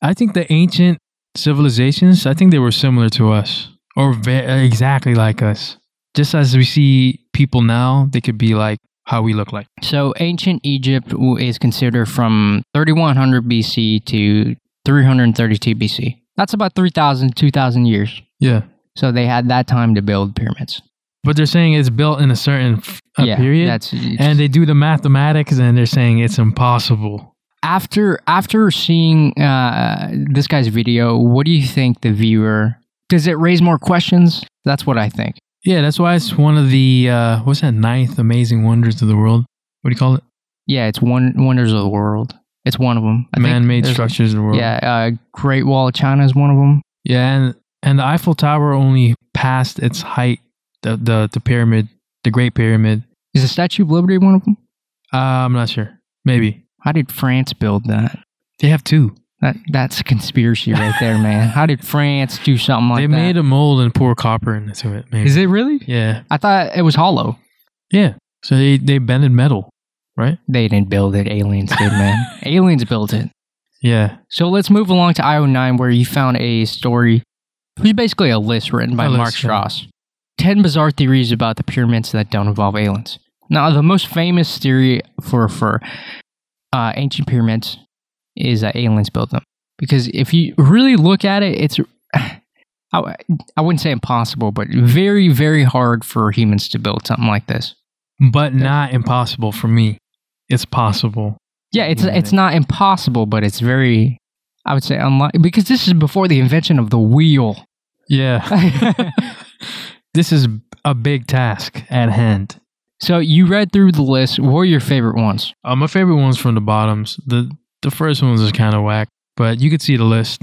[SPEAKER 1] I think the ancient civilizations, I think they were similar to us, or ve- exactly like us. Just as we see people now, they could be like how we look like.
[SPEAKER 4] So ancient Egypt w- is considered from 3100 BC to 332 BC. That's about 3,000, 2,000 years.
[SPEAKER 1] Yeah,
[SPEAKER 4] So they had that time to build pyramids.
[SPEAKER 1] but they're saying it's built in a certain f- a
[SPEAKER 4] yeah,
[SPEAKER 1] period,
[SPEAKER 4] That's
[SPEAKER 1] and they do the mathematics, and they're saying it's impossible.
[SPEAKER 4] after after seeing uh, this guy's video, what do you think the viewer? Does it raise more questions? That's what I think.
[SPEAKER 1] Yeah, that's why it's one of the uh, what's that ninth amazing wonders of the world. What do you call it?
[SPEAKER 4] Yeah, it's one Wonders of the World. It's one of them. I think
[SPEAKER 1] Man-made
[SPEAKER 4] there's-
[SPEAKER 1] structures of the world.
[SPEAKER 4] Yeah, uh, Great Wall of China is one of them.
[SPEAKER 1] Yeah, and and the Eiffel Tower only passed its height, the the, the pyramid, the Great Pyramid.
[SPEAKER 4] Is the Statue of Liberty one of them?
[SPEAKER 1] Uh, I'm not sure. Maybe
[SPEAKER 4] How did France build that?
[SPEAKER 1] they have two.
[SPEAKER 4] That that's a conspiracy right
[SPEAKER 1] *laughs*
[SPEAKER 4] there, man. How did France do something like
[SPEAKER 1] they
[SPEAKER 4] that?
[SPEAKER 1] made a mold and pour copper into it. Maybe.
[SPEAKER 4] Is it really?
[SPEAKER 1] Yeah,
[SPEAKER 4] I thought it was hollow.
[SPEAKER 1] yeah. So they they bended metal, right?
[SPEAKER 4] They didn't build it. Aliens did,
[SPEAKER 1] *laughs*
[SPEAKER 4] man. Aliens built it.
[SPEAKER 1] Yeah,
[SPEAKER 4] So let's move along to IO9, where you found a story. It was basically a list written by
[SPEAKER 1] A
[SPEAKER 4] Mark
[SPEAKER 1] list, yeah.
[SPEAKER 4] Strauss. 10 bizarre theories about the pyramids that don't involve aliens. Now, the most famous theory for for uh, ancient pyramids is that aliens built them. Because if you really look at it, it's *sighs* I, I wouldn't say impossible, but very very hard for humans to build something like this.
[SPEAKER 1] but not impossible for me. It's possible.
[SPEAKER 4] Yeah, it's
[SPEAKER 1] Yeah.
[SPEAKER 4] it's not impossible, but it's very I would say unlikely because this is before the invention of the wheel.
[SPEAKER 1] Yeah.
[SPEAKER 4] *laughs*
[SPEAKER 1] *laughs* this is a big task at hand.
[SPEAKER 4] so you read through the list. What were your favorite ones?
[SPEAKER 1] Uh, my favorite one's from the bottoms. The the first ones is kind of whack, but you could see the list.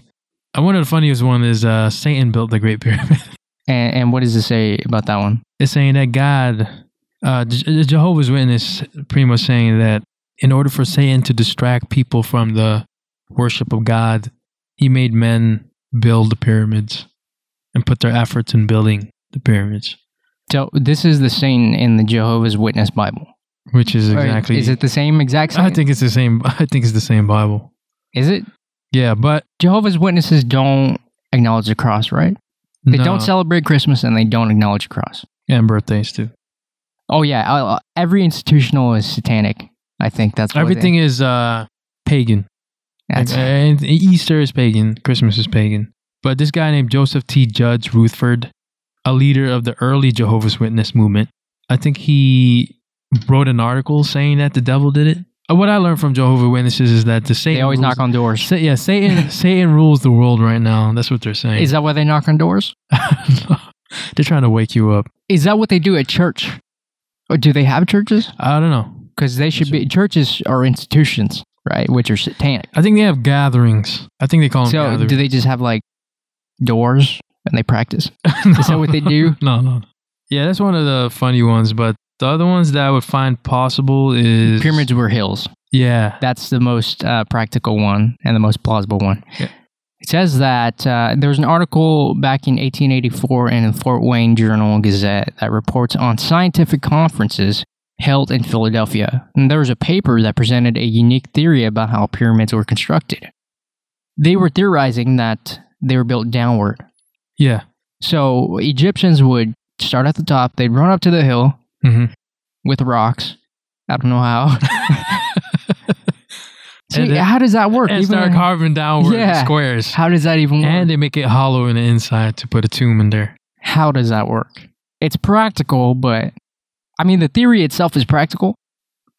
[SPEAKER 1] And one of the funniest one is uh, Satan built the Great Pyramid. *laughs*
[SPEAKER 4] And, and what does it say about that one?
[SPEAKER 1] it's saying that God, uh, Je- Jehovah's Witness, pretty much saying that in order for Satan to distract people from the worship of God, he made men build the pyramids and put their efforts in building the pyramids,
[SPEAKER 4] So this is the same in the Jehovah's Witness Bible.
[SPEAKER 1] which is
[SPEAKER 4] Or
[SPEAKER 1] exactly.
[SPEAKER 4] Is it the same exact same?
[SPEAKER 1] I think it's the same. *laughs* I think it's the same Bible.
[SPEAKER 4] Is it?
[SPEAKER 1] Yeah, but
[SPEAKER 4] Jehovah's Witnesses don't acknowledge the cross, right? They
[SPEAKER 1] no,
[SPEAKER 4] don't celebrate Christmas and they don't acknowledge the cross.
[SPEAKER 1] and birthdays too.
[SPEAKER 4] Oh yeah, I, every institutional is satanic. I think that's what they-
[SPEAKER 1] Everything is uh, pagan.
[SPEAKER 4] that's,
[SPEAKER 1] Like, and Easter is pagan, Christmas is pagan. But this guy named Joseph T. Judge Rutherford, a leader of the early Jehovah's Witness movement, I think he wrote an article saying that the devil did it. Uh, What I learned from Jehovah's Witnesses is that the Satan
[SPEAKER 4] they always
[SPEAKER 1] rules,
[SPEAKER 4] knock on doors.
[SPEAKER 1] Sa- yeah, Satan *laughs* Satan rules the world right now. That's what they're saying.
[SPEAKER 4] Is that why they knock on doors?
[SPEAKER 1] *laughs* they're trying to wake you up.
[SPEAKER 4] Is that what they do at church? Or do they have churches?
[SPEAKER 1] I don't know.
[SPEAKER 4] Because they should be churches are institutions, right? Which are satanic.
[SPEAKER 1] I think they have gatherings. I think they call them
[SPEAKER 4] so
[SPEAKER 1] gatherings.
[SPEAKER 4] do they just have like doors and they practice? *laughs* Is that what they do?
[SPEAKER 1] *laughs* No, no. Yeah, that's one of the funny ones. But the other ones that I would find possible is
[SPEAKER 4] Pyramids were hills.
[SPEAKER 1] Yeah,
[SPEAKER 4] That's the most uh, practical one and the most plausible one.
[SPEAKER 1] Yeah.
[SPEAKER 4] It says that uh, there was an article back in 1884 in the Fort Wayne Journal Gazette that reports on scientific conferences held in Philadelphia. And there was a paper that presented a unique theory about how pyramids were constructed. They were theorizing that they were built downward.
[SPEAKER 1] yeah.
[SPEAKER 4] So Egyptians would start at the top, they'd run up to the hill,
[SPEAKER 1] hmm
[SPEAKER 4] with rocks. I don't
[SPEAKER 1] *laughs*
[SPEAKER 4] know how. See,
[SPEAKER 1] And then-
[SPEAKER 4] how does that work?
[SPEAKER 1] And
[SPEAKER 4] Even
[SPEAKER 1] start
[SPEAKER 4] in-
[SPEAKER 1] carving downward in
[SPEAKER 4] Yeah.
[SPEAKER 1] squares,
[SPEAKER 4] how does that even work?
[SPEAKER 1] and they make it hollow in the inside to put a tomb in there.
[SPEAKER 4] how does that work? It's practical, but I mean, the theory itself is practical,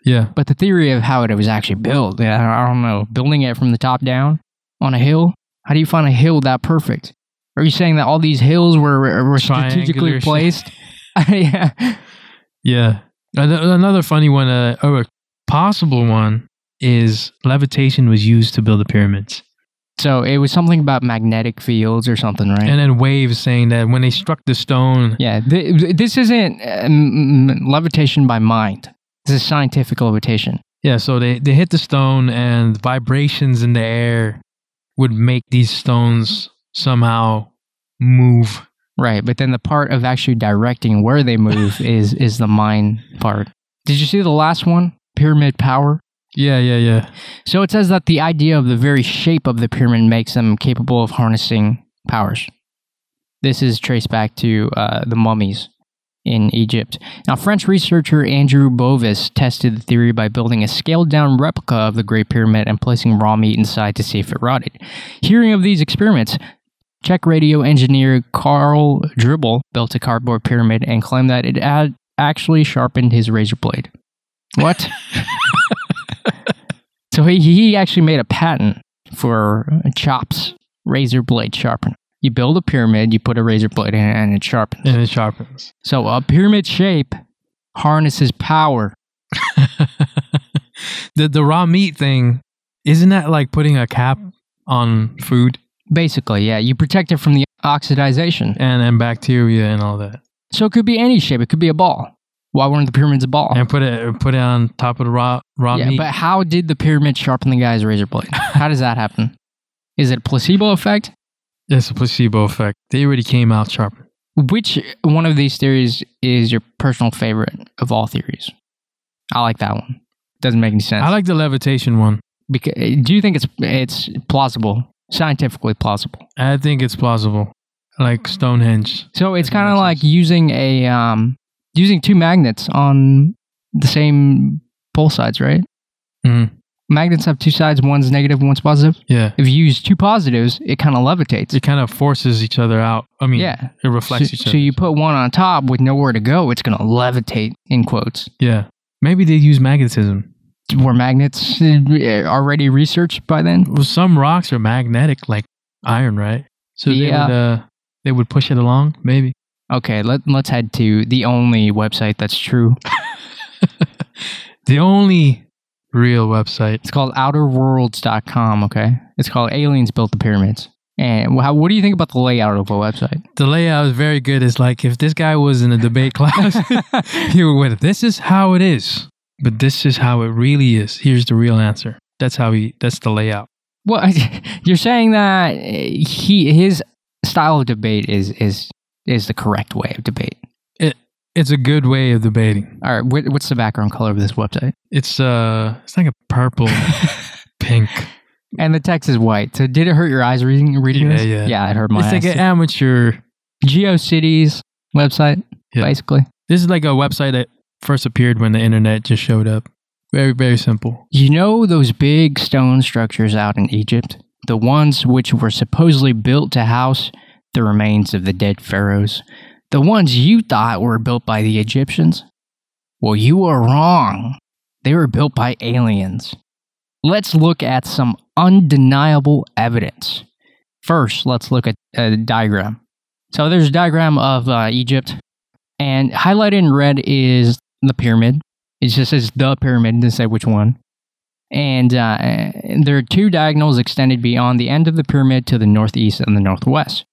[SPEAKER 1] Yeah,
[SPEAKER 4] but the theory of how it was actually built, yeah, I I don't know. Building it from the top down on a hill, how do you find a hill that perfect? Are you saying that all these hills were, were
[SPEAKER 1] Triangular
[SPEAKER 4] strategically
[SPEAKER 1] shape.
[SPEAKER 4] placed? *laughs* yeah.
[SPEAKER 1] yeah. An- Another funny one, uh, or a possible one, is levitation was used to build the pyramids,
[SPEAKER 4] So it was something about magnetic fields or something, right?
[SPEAKER 1] and then waves saying that when they struck the stone,
[SPEAKER 4] Yeah, th- th- this isn't um, m- levitation by mind. This is scientific levitation.
[SPEAKER 1] Yeah, so they, they hit the stone and vibrations in the air would make these stones somehow move.
[SPEAKER 4] Right, but then the part of actually directing where they move is is the mind part. Did you see the last one? Pyramid power.
[SPEAKER 1] Yeah, yeah, yeah.
[SPEAKER 4] So it says that the idea of the very shape of the pyramid makes them capable of harnessing powers. This is traced back to uh, the mummies in Egypt. Now, French researcher Andrew Bovis tested the theory by building a scaled down replica of the Great Pyramid and placing raw meat inside to see if it rotted. Hearing of these experiments, Czech radio engineer Karl Dribble built a cardboard pyramid and claimed that it ad- actually sharpened his razor blade. What? So he, he actually made a patent for chops, razor blade sharpener. You build a pyramid, you put a razor blade in it, and it sharpens.
[SPEAKER 1] And it sharpens.
[SPEAKER 4] So a pyramid shape harnesses power.
[SPEAKER 1] *laughs* the the raw meat thing, isn't that like putting a cap on food
[SPEAKER 4] Basically, yeah, you protect it from the oxidization.
[SPEAKER 1] and, and bacteria and all that?
[SPEAKER 4] So it could be any shape. It could be a ball. Why weren't the pyramids a ball?
[SPEAKER 1] And put it put it on top of the raw raw
[SPEAKER 4] yeah,
[SPEAKER 1] meat.
[SPEAKER 4] but how did the pyramid sharpen the guy's razor
[SPEAKER 1] *laughs*
[SPEAKER 4] blade? How does that happen? Is it a placebo effect?
[SPEAKER 1] it's a placebo effect. They already came out sharpened.
[SPEAKER 4] Which one of these theories is your personal favorite of all theories? I like that one. Doesn't make any sense.
[SPEAKER 1] I like the levitation one.
[SPEAKER 4] Because, do you think it's it's plausible, scientifically plausible?
[SPEAKER 1] I think it's plausible. Like Stonehenge.
[SPEAKER 4] So it's
[SPEAKER 1] Doesn't
[SPEAKER 4] kind of
[SPEAKER 1] make
[SPEAKER 4] like
[SPEAKER 1] sense.
[SPEAKER 4] using a um, using two magnets on the same pole sides, right?
[SPEAKER 1] Mhm.
[SPEAKER 4] Magnets have two sides. One's negative, one's positive.
[SPEAKER 1] Yeah.
[SPEAKER 4] If you use two positives, it kind of levitates.
[SPEAKER 1] It kind of forces each other out. I mean,
[SPEAKER 4] Yeah.
[SPEAKER 1] it reflects
[SPEAKER 4] so,
[SPEAKER 1] each
[SPEAKER 4] so
[SPEAKER 1] other.
[SPEAKER 4] you put one on top with nowhere to go, it's going to levitate, in quotes.
[SPEAKER 1] yeah. Maybe they use magnetism.
[SPEAKER 4] Were magnets uh, already researched by then?
[SPEAKER 1] Well, some rocks are magnetic, like iron, right? So
[SPEAKER 4] Yeah.
[SPEAKER 1] they would uh, they would push it along, maybe. *laughs*
[SPEAKER 4] Okay, let, let's head to the only website that's true.
[SPEAKER 1] The only real website.
[SPEAKER 4] It's called outerworlds.com, okay? It's called Aliens Built the Pyramids. And how, what do you think about the layout of the website?
[SPEAKER 1] The layout is very good. It's like if this guy was in a
[SPEAKER 4] *laughs*
[SPEAKER 1] debate class, *laughs* he would win. This is how it is, but this is how it really is. Here's the real answer. That's how he. That's the layout.
[SPEAKER 4] Well, *laughs* you're saying that uh, he his style of debate is is is the correct way of debate.
[SPEAKER 1] It's a good way of debating.
[SPEAKER 4] All right, what, what's the background color of this website? *laughs*
[SPEAKER 1] It's uh, it's like a purple, pink.
[SPEAKER 4] And the text is white. So did it hurt your eyes reading reading
[SPEAKER 1] Yeah,
[SPEAKER 4] this?
[SPEAKER 1] yeah.
[SPEAKER 4] Yeah, it hurt my
[SPEAKER 1] it's like
[SPEAKER 4] eyes.
[SPEAKER 1] an amateur.
[SPEAKER 4] GeoCities website,
[SPEAKER 1] Yeah.
[SPEAKER 4] basically.
[SPEAKER 1] This is like a website that first appeared when the internet just showed up. Very very simple.
[SPEAKER 4] You know those big stone structures out in Egypt? The ones which were supposedly built to house the remains of the dead pharaohs? The ones you thought were built by the Egyptians? Well, you were wrong. They were built by aliens. Let's look at some undeniable evidence. First, let's look at a diagram. So there's a diagram of uh, Egypt, and highlighted in red is the pyramid. It just says the pyramid, it doesn't say which one. And uh, there are two diagonals extended beyond the end of the pyramid to the northeast and the northwest.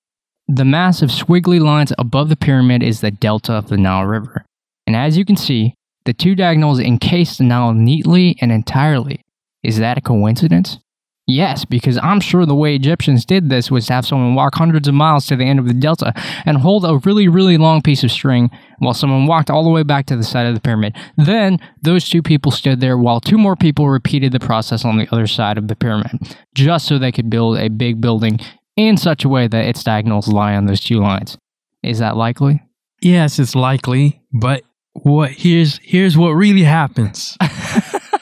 [SPEAKER 4] The massive squiggly lines above the pyramid is the delta of the Nile River. And as you can see, the two diagonals encase the Nile neatly and entirely. Is that a coincidence? Yes, because I'm sure the way Egyptians did this was to have someone walk hundreds of miles to the end of the delta and hold a really, really long piece of string while someone walked all the way back to the side of the pyramid. Then those two people stood there while two more people repeated the process on the other side of the pyramid, just so they could build a big building in such a way that its diagonals lie on those two lines. Is that likely?
[SPEAKER 1] Yes, it's likely, but what here's here's what really happens.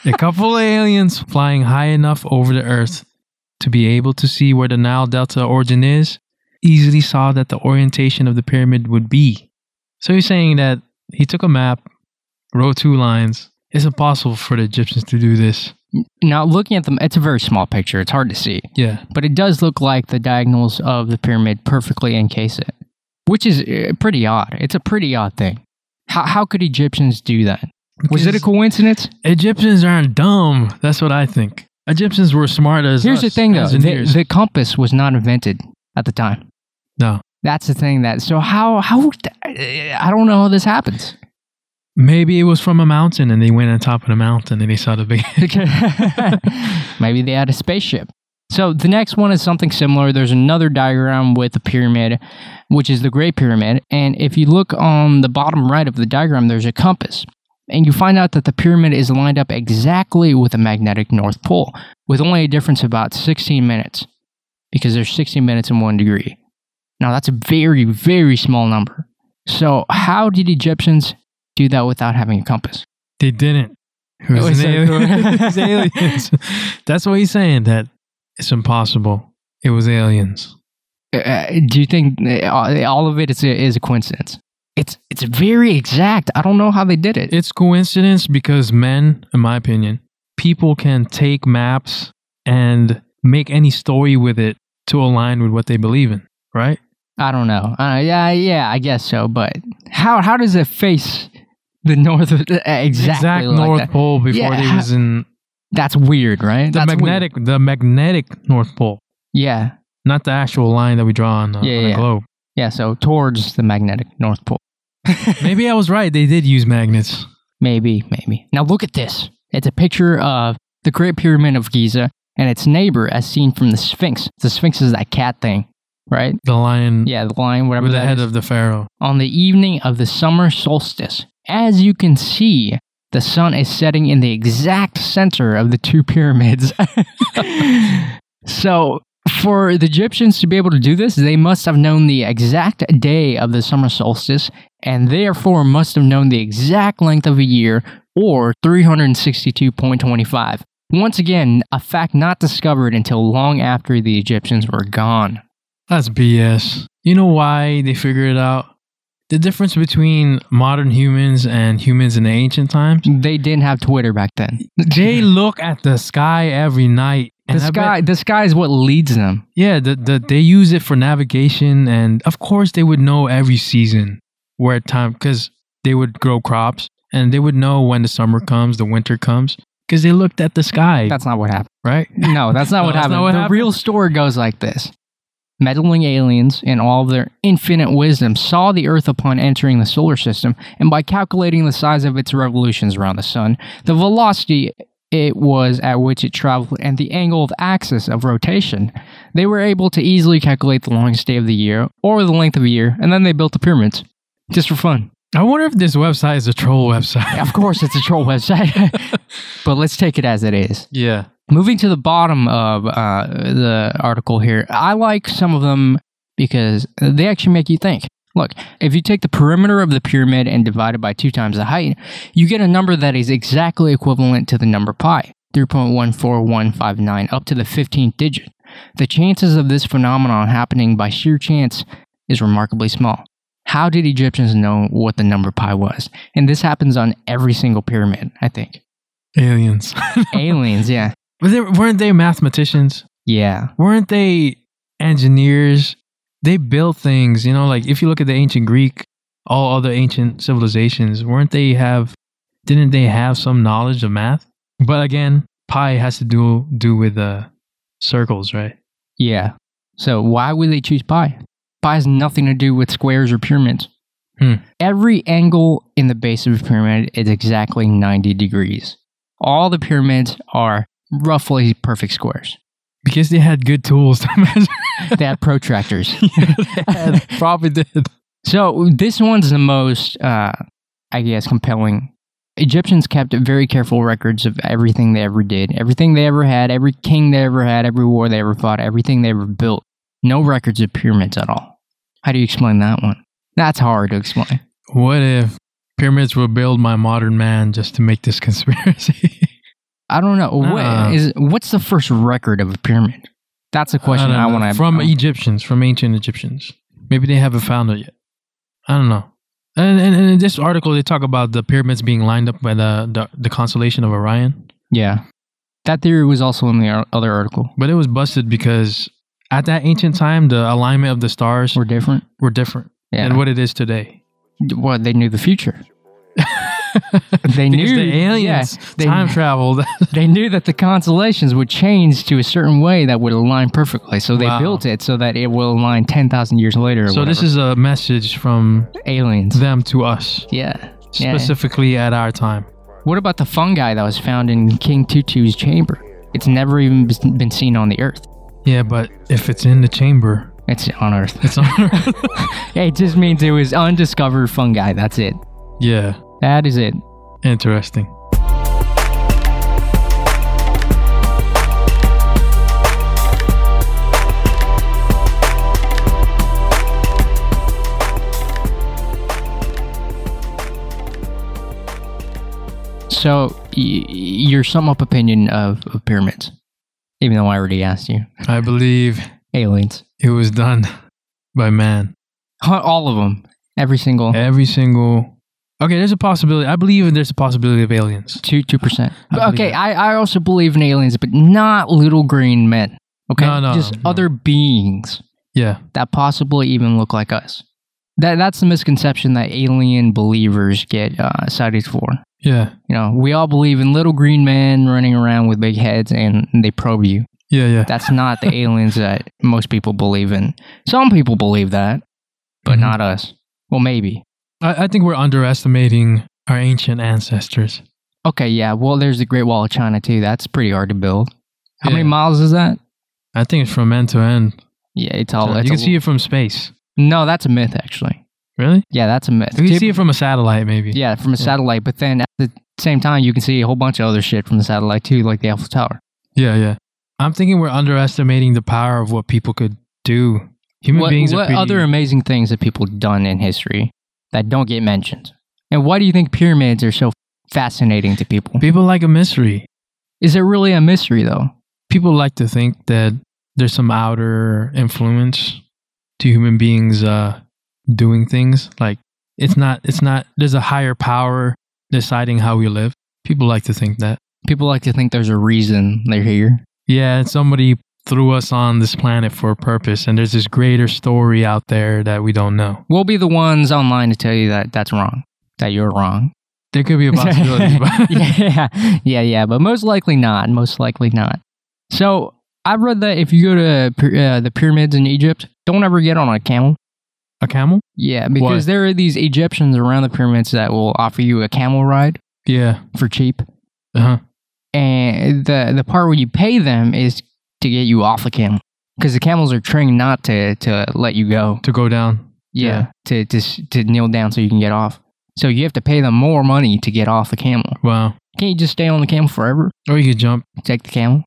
[SPEAKER 1] a couple of aliens flying high enough over the earth to be able to see where the Nile Delta origin is easily saw that the orientation of the pyramid would be. So he's saying that he took a map, wrote two lines. It's impossible for the Egyptians to do this.
[SPEAKER 4] Now, looking at them, it's a very small picture. It's hard to see.
[SPEAKER 1] Yeah.
[SPEAKER 4] but it does look like the diagonals of the pyramid perfectly encase it, which is uh, pretty odd. It's a pretty odd thing. How, how could Egyptians do that? Was it a
[SPEAKER 1] Because-
[SPEAKER 4] coincidence?
[SPEAKER 1] Egyptians aren't dumb. That's what I think. Egyptians were smart as
[SPEAKER 4] Here's the
[SPEAKER 1] us,
[SPEAKER 4] thing, though the,
[SPEAKER 1] engineers.
[SPEAKER 4] the compass was not invented at the time.
[SPEAKER 1] no.
[SPEAKER 4] That's the thing that, so how, how, I don't know how this happens.
[SPEAKER 1] Maybe it was from a mountain and they went on top of the mountain and they saw the big. *laughs*
[SPEAKER 4] *laughs* Maybe they had a spaceship. So the next one is something similar. There's another diagram with a pyramid, which is the Great Pyramid. And if you look on the bottom right of the diagram, there's a compass. And you find out that the pyramid is lined up exactly with the magnetic North Pole, with only a difference of about 16 minutes, because there's 16 minutes in one degree. Now, that's a very, very small number. So, how did Egyptians do that without having a compass?
[SPEAKER 1] they didn't. It was,
[SPEAKER 4] It was
[SPEAKER 1] an
[SPEAKER 4] a-
[SPEAKER 1] alien.
[SPEAKER 4] *laughs*
[SPEAKER 1] It was aliens. That's what he's saying. That it's impossible. It was aliens.
[SPEAKER 4] uh, do you think uh, all of it is a, is a coincidence? It's it's very exact. I don't know how they did it.
[SPEAKER 1] It's coincidence because men, in my opinion, people can take maps and make any story with it to align with what they believe in. Right?
[SPEAKER 4] I don't know. Uh, yeah, yeah, I guess so. But how how does it face the north uh, exactly
[SPEAKER 1] exact
[SPEAKER 4] like
[SPEAKER 1] North
[SPEAKER 4] that?
[SPEAKER 1] Pole before
[SPEAKER 4] Yeah,
[SPEAKER 1] they
[SPEAKER 4] how-
[SPEAKER 1] was in
[SPEAKER 4] That's weird, right?
[SPEAKER 1] the
[SPEAKER 4] That's weird.
[SPEAKER 1] magnetic, the magnetic North Pole,
[SPEAKER 4] Yeah,
[SPEAKER 1] not the actual line that we draw on, the-
[SPEAKER 4] Yeah,
[SPEAKER 1] on
[SPEAKER 4] yeah,
[SPEAKER 1] the
[SPEAKER 4] yeah.
[SPEAKER 1] globe.
[SPEAKER 4] *laughs* yeah. So towards the magnetic North Pole.
[SPEAKER 1] Maybe I was right. They did use magnets.
[SPEAKER 4] Maybe, maybe. Now look at this. It's a picture of the Great Pyramid of Giza and its neighbor, as seen from the Sphinx. The Sphinx is that cat thing, right?
[SPEAKER 1] The lion
[SPEAKER 4] Yeah, the lion, whatever
[SPEAKER 1] Mm-hmm. with the head
[SPEAKER 4] that is.
[SPEAKER 1] of the pharaoh.
[SPEAKER 4] on the evening of the summer solstice. As you can see, the sun is setting *laughs* in the exact center of the two pyramids. so For the Egyptians to be able to do this, they must have known the exact day of the summer solstice and therefore must have known the exact length of a year or 362.25. Once again, a fact not discovered until long after the Egyptians were gone.
[SPEAKER 1] That's BS. You know why they figure it out? The difference between modern humans and humans in ancient
[SPEAKER 4] *laughs*
[SPEAKER 1] times.
[SPEAKER 4] They didn't have Twitter back then.
[SPEAKER 1] They look at the sky every night.
[SPEAKER 4] The
[SPEAKER 1] I bet-
[SPEAKER 4] sky, the sky is what leads them.
[SPEAKER 1] yeah, the, the, they use it for navigation, and of course they would know every season where time because they would grow crops and they would know when the summer comes, the winter comes, because they looked at the sky,
[SPEAKER 4] That's not what happened.
[SPEAKER 1] right?
[SPEAKER 4] No, that's not
[SPEAKER 1] No,
[SPEAKER 4] what
[SPEAKER 1] that's
[SPEAKER 4] happened.
[SPEAKER 1] not what
[SPEAKER 4] the
[SPEAKER 1] happened.
[SPEAKER 4] real story goes like this. Meddling aliens, in all of their infinite wisdom, saw the Earth upon entering the solar system, and by calculating the size of its revolutions around the Sun, the velocity it was at which it traveled, and the angle of axis of rotation, they were able to easily calculate the longest day of the year or the length of a year, and then they built the pyramids just for fun.
[SPEAKER 1] I wonder if this website is a troll website.
[SPEAKER 4] Of course, it's a troll website, *laughs* but let's take it as it is.
[SPEAKER 1] yeah.
[SPEAKER 4] Moving to the bottom of uh, the article here, I like some of them because they actually make you think. Look, if you take the perimeter of the pyramid and divide it by two times the height, you get a number that is exactly equivalent to the number pi, 3.14159, up to the 15th digit. The chances of this phenomenon happening by sheer chance is remarkably small. How did Egyptians know what the number pi was? And this happens on every single pyramid, I think.
[SPEAKER 1] Aliens. *laughs*
[SPEAKER 4] Aliens, yeah.
[SPEAKER 1] But they, weren't they mathematicians?
[SPEAKER 4] Yeah.
[SPEAKER 1] Weren't they engineers? They built things, you know, like if you look at the ancient Greek, all other ancient civilizations, weren't they have didn't they have some knowledge of math? But again, pi has to do do with uh circles, right?
[SPEAKER 4] Yeah. So why would they choose pi? Pi has nothing to do with squares or pyramids.
[SPEAKER 1] Hmm.
[SPEAKER 4] Every angle in the base of a pyramid is exactly 90 degrees. All the pyramids are roughly perfect squares.
[SPEAKER 1] Because they had good tools to *laughs* measure.
[SPEAKER 4] They have protractors.
[SPEAKER 1] *laughs*
[SPEAKER 4] *laughs*
[SPEAKER 1] They had- probably did.
[SPEAKER 4] So this one's the most, uh, I guess, compelling. Egyptians kept very careful records of everything they ever did, everything they ever had, every king they ever had, every war they ever fought, everything they ever built. No records of pyramids at all. How do you explain that one? That's hard to explain.
[SPEAKER 1] What if pyramids were built by modern man just to make this conspiracy? *laughs*
[SPEAKER 4] I don't know.
[SPEAKER 1] Uh.
[SPEAKER 4] What is, what's the first record of a pyramid? That's a question
[SPEAKER 1] don't
[SPEAKER 4] I,
[SPEAKER 1] know.
[SPEAKER 4] want to
[SPEAKER 1] from E- Egyptians, from ancient Egyptians. Maybe they haven't found it yet. I don't know. And, and, and in this article, they talk about the pyramids being lined up by the, the the constellation of Orion,
[SPEAKER 4] Yeah. That theory was also in the ar- other article.
[SPEAKER 1] but it was busted because at that ancient time, the alignment of the stars
[SPEAKER 4] We're
[SPEAKER 1] were,
[SPEAKER 4] different.
[SPEAKER 1] different
[SPEAKER 4] Yeah.
[SPEAKER 1] than what it is today. *laughs*
[SPEAKER 4] well, they knew the future. they
[SPEAKER 1] because
[SPEAKER 4] knew
[SPEAKER 1] the aliens
[SPEAKER 4] yeah, they,
[SPEAKER 1] time
[SPEAKER 4] *laughs*
[SPEAKER 1] traveled.
[SPEAKER 4] they knew that the constellations would change to a certain way that would align perfectly. So they
[SPEAKER 1] Wow.
[SPEAKER 4] built it so that it will align ten thousand years later. Or
[SPEAKER 1] so this
[SPEAKER 4] whatever.
[SPEAKER 1] is a message from
[SPEAKER 4] aliens.
[SPEAKER 1] them to us,
[SPEAKER 4] yeah. Yeah.
[SPEAKER 1] specifically at our time.
[SPEAKER 4] What about the fungi that was found in King Tutu's chamber? It's never even b- been seen on the Earth.
[SPEAKER 1] Yeah, but if it's in the chamber,
[SPEAKER 4] It's on Earth. *laughs*
[SPEAKER 1] it's on *laughs* Earth.
[SPEAKER 4] it just means it was undiscovered fungi. That's it.
[SPEAKER 1] yeah,
[SPEAKER 4] That is it.
[SPEAKER 1] interesting.
[SPEAKER 4] So y- y- your sum up opinion of, of pyramids, even though I already asked you,
[SPEAKER 1] I believe
[SPEAKER 4] aliens.
[SPEAKER 1] it was done by man.
[SPEAKER 4] Huh, All of them. Every single
[SPEAKER 1] Every single. Okay, there's a possibility. I believe there's a possibility of aliens.
[SPEAKER 4] two
[SPEAKER 1] *laughs*
[SPEAKER 4] two percent.
[SPEAKER 1] I believe
[SPEAKER 4] Okay,
[SPEAKER 1] it.
[SPEAKER 4] I, I also believe in aliens, but not little green men. Okay,
[SPEAKER 1] No, no,
[SPEAKER 4] just
[SPEAKER 1] no.
[SPEAKER 4] other beings
[SPEAKER 1] Yeah.
[SPEAKER 4] that possibly even look like us. That that's the misconception that alien believers get uh, cited for.
[SPEAKER 1] Yeah.
[SPEAKER 4] You know, we all believe in little green men running around with big heads and they probe you.
[SPEAKER 1] Yeah, yeah.
[SPEAKER 4] That's not
[SPEAKER 1] *laughs*
[SPEAKER 4] the aliens that most people believe in. Some people believe that, but
[SPEAKER 1] Mhm.
[SPEAKER 4] not us. Well, maybe.
[SPEAKER 1] I, I think we're underestimating our ancient ancestors.
[SPEAKER 4] Okay, yeah. Well, there's the Great Wall of China too. That's pretty hard to build. How many
[SPEAKER 1] Yeah.
[SPEAKER 4] miles is that?
[SPEAKER 1] I think it's from end to end.
[SPEAKER 4] Yeah, it's all.
[SPEAKER 1] So
[SPEAKER 4] it's
[SPEAKER 1] you can
[SPEAKER 4] Oh, a-
[SPEAKER 1] see it from space.
[SPEAKER 4] No, that's a myth actually.
[SPEAKER 1] Really?
[SPEAKER 4] Yeah, that's a myth.
[SPEAKER 1] You
[SPEAKER 4] Typ-
[SPEAKER 1] can see it from a satellite, maybe.
[SPEAKER 4] yeah, from a satellite. But then at the same time, you can see a whole bunch of other shit from the satellite too, like the Eiffel Tower.
[SPEAKER 1] Yeah, yeah. I'm thinking we're underestimating the power of what people could do. Human
[SPEAKER 4] what
[SPEAKER 1] beings
[SPEAKER 4] what
[SPEAKER 1] are pretty,
[SPEAKER 4] other amazing things have people done in history that don't get mentioned? And why do you think pyramids are so fascinating to people?
[SPEAKER 1] people like a mystery.
[SPEAKER 4] Is it really a mystery though?
[SPEAKER 1] People like to think that there's some outer influence to human beings uh, doing things. Like it's not it's not there's a higher power deciding how we live. People like to think that.
[SPEAKER 4] People like to think there's a reason they're here.
[SPEAKER 1] Yeah, somebody threw us on this planet for a purpose and there's this greater story out there that we don't know.
[SPEAKER 4] We'll be the ones online to tell you that that's wrong, that you're wrong.
[SPEAKER 1] There could be
[SPEAKER 4] *laughs*
[SPEAKER 1] a possibility. but
[SPEAKER 4] yeah, yeah, yeah, but most likely not. Most likely not. So I read that if you go to pyr- uh, the pyramids in Egypt, don't ever get on a camel.
[SPEAKER 1] *laughs* A camel?
[SPEAKER 4] Yeah, because there are these Egyptians around the pyramids that will offer you a camel ride
[SPEAKER 1] Yeah.
[SPEAKER 4] for cheap,
[SPEAKER 1] Uh-huh.
[SPEAKER 4] and the the part where you pay them is to get you off a camel because the camels are trained not to to let you go.
[SPEAKER 1] To go down.
[SPEAKER 4] Yeah, to to s- to kneel down so you can get off. So you have to pay them more money to get off the camel.
[SPEAKER 1] Wow.
[SPEAKER 4] Can't you just stay on the camel forever?
[SPEAKER 1] Or you could jump. *laughs*
[SPEAKER 4] Take the camel.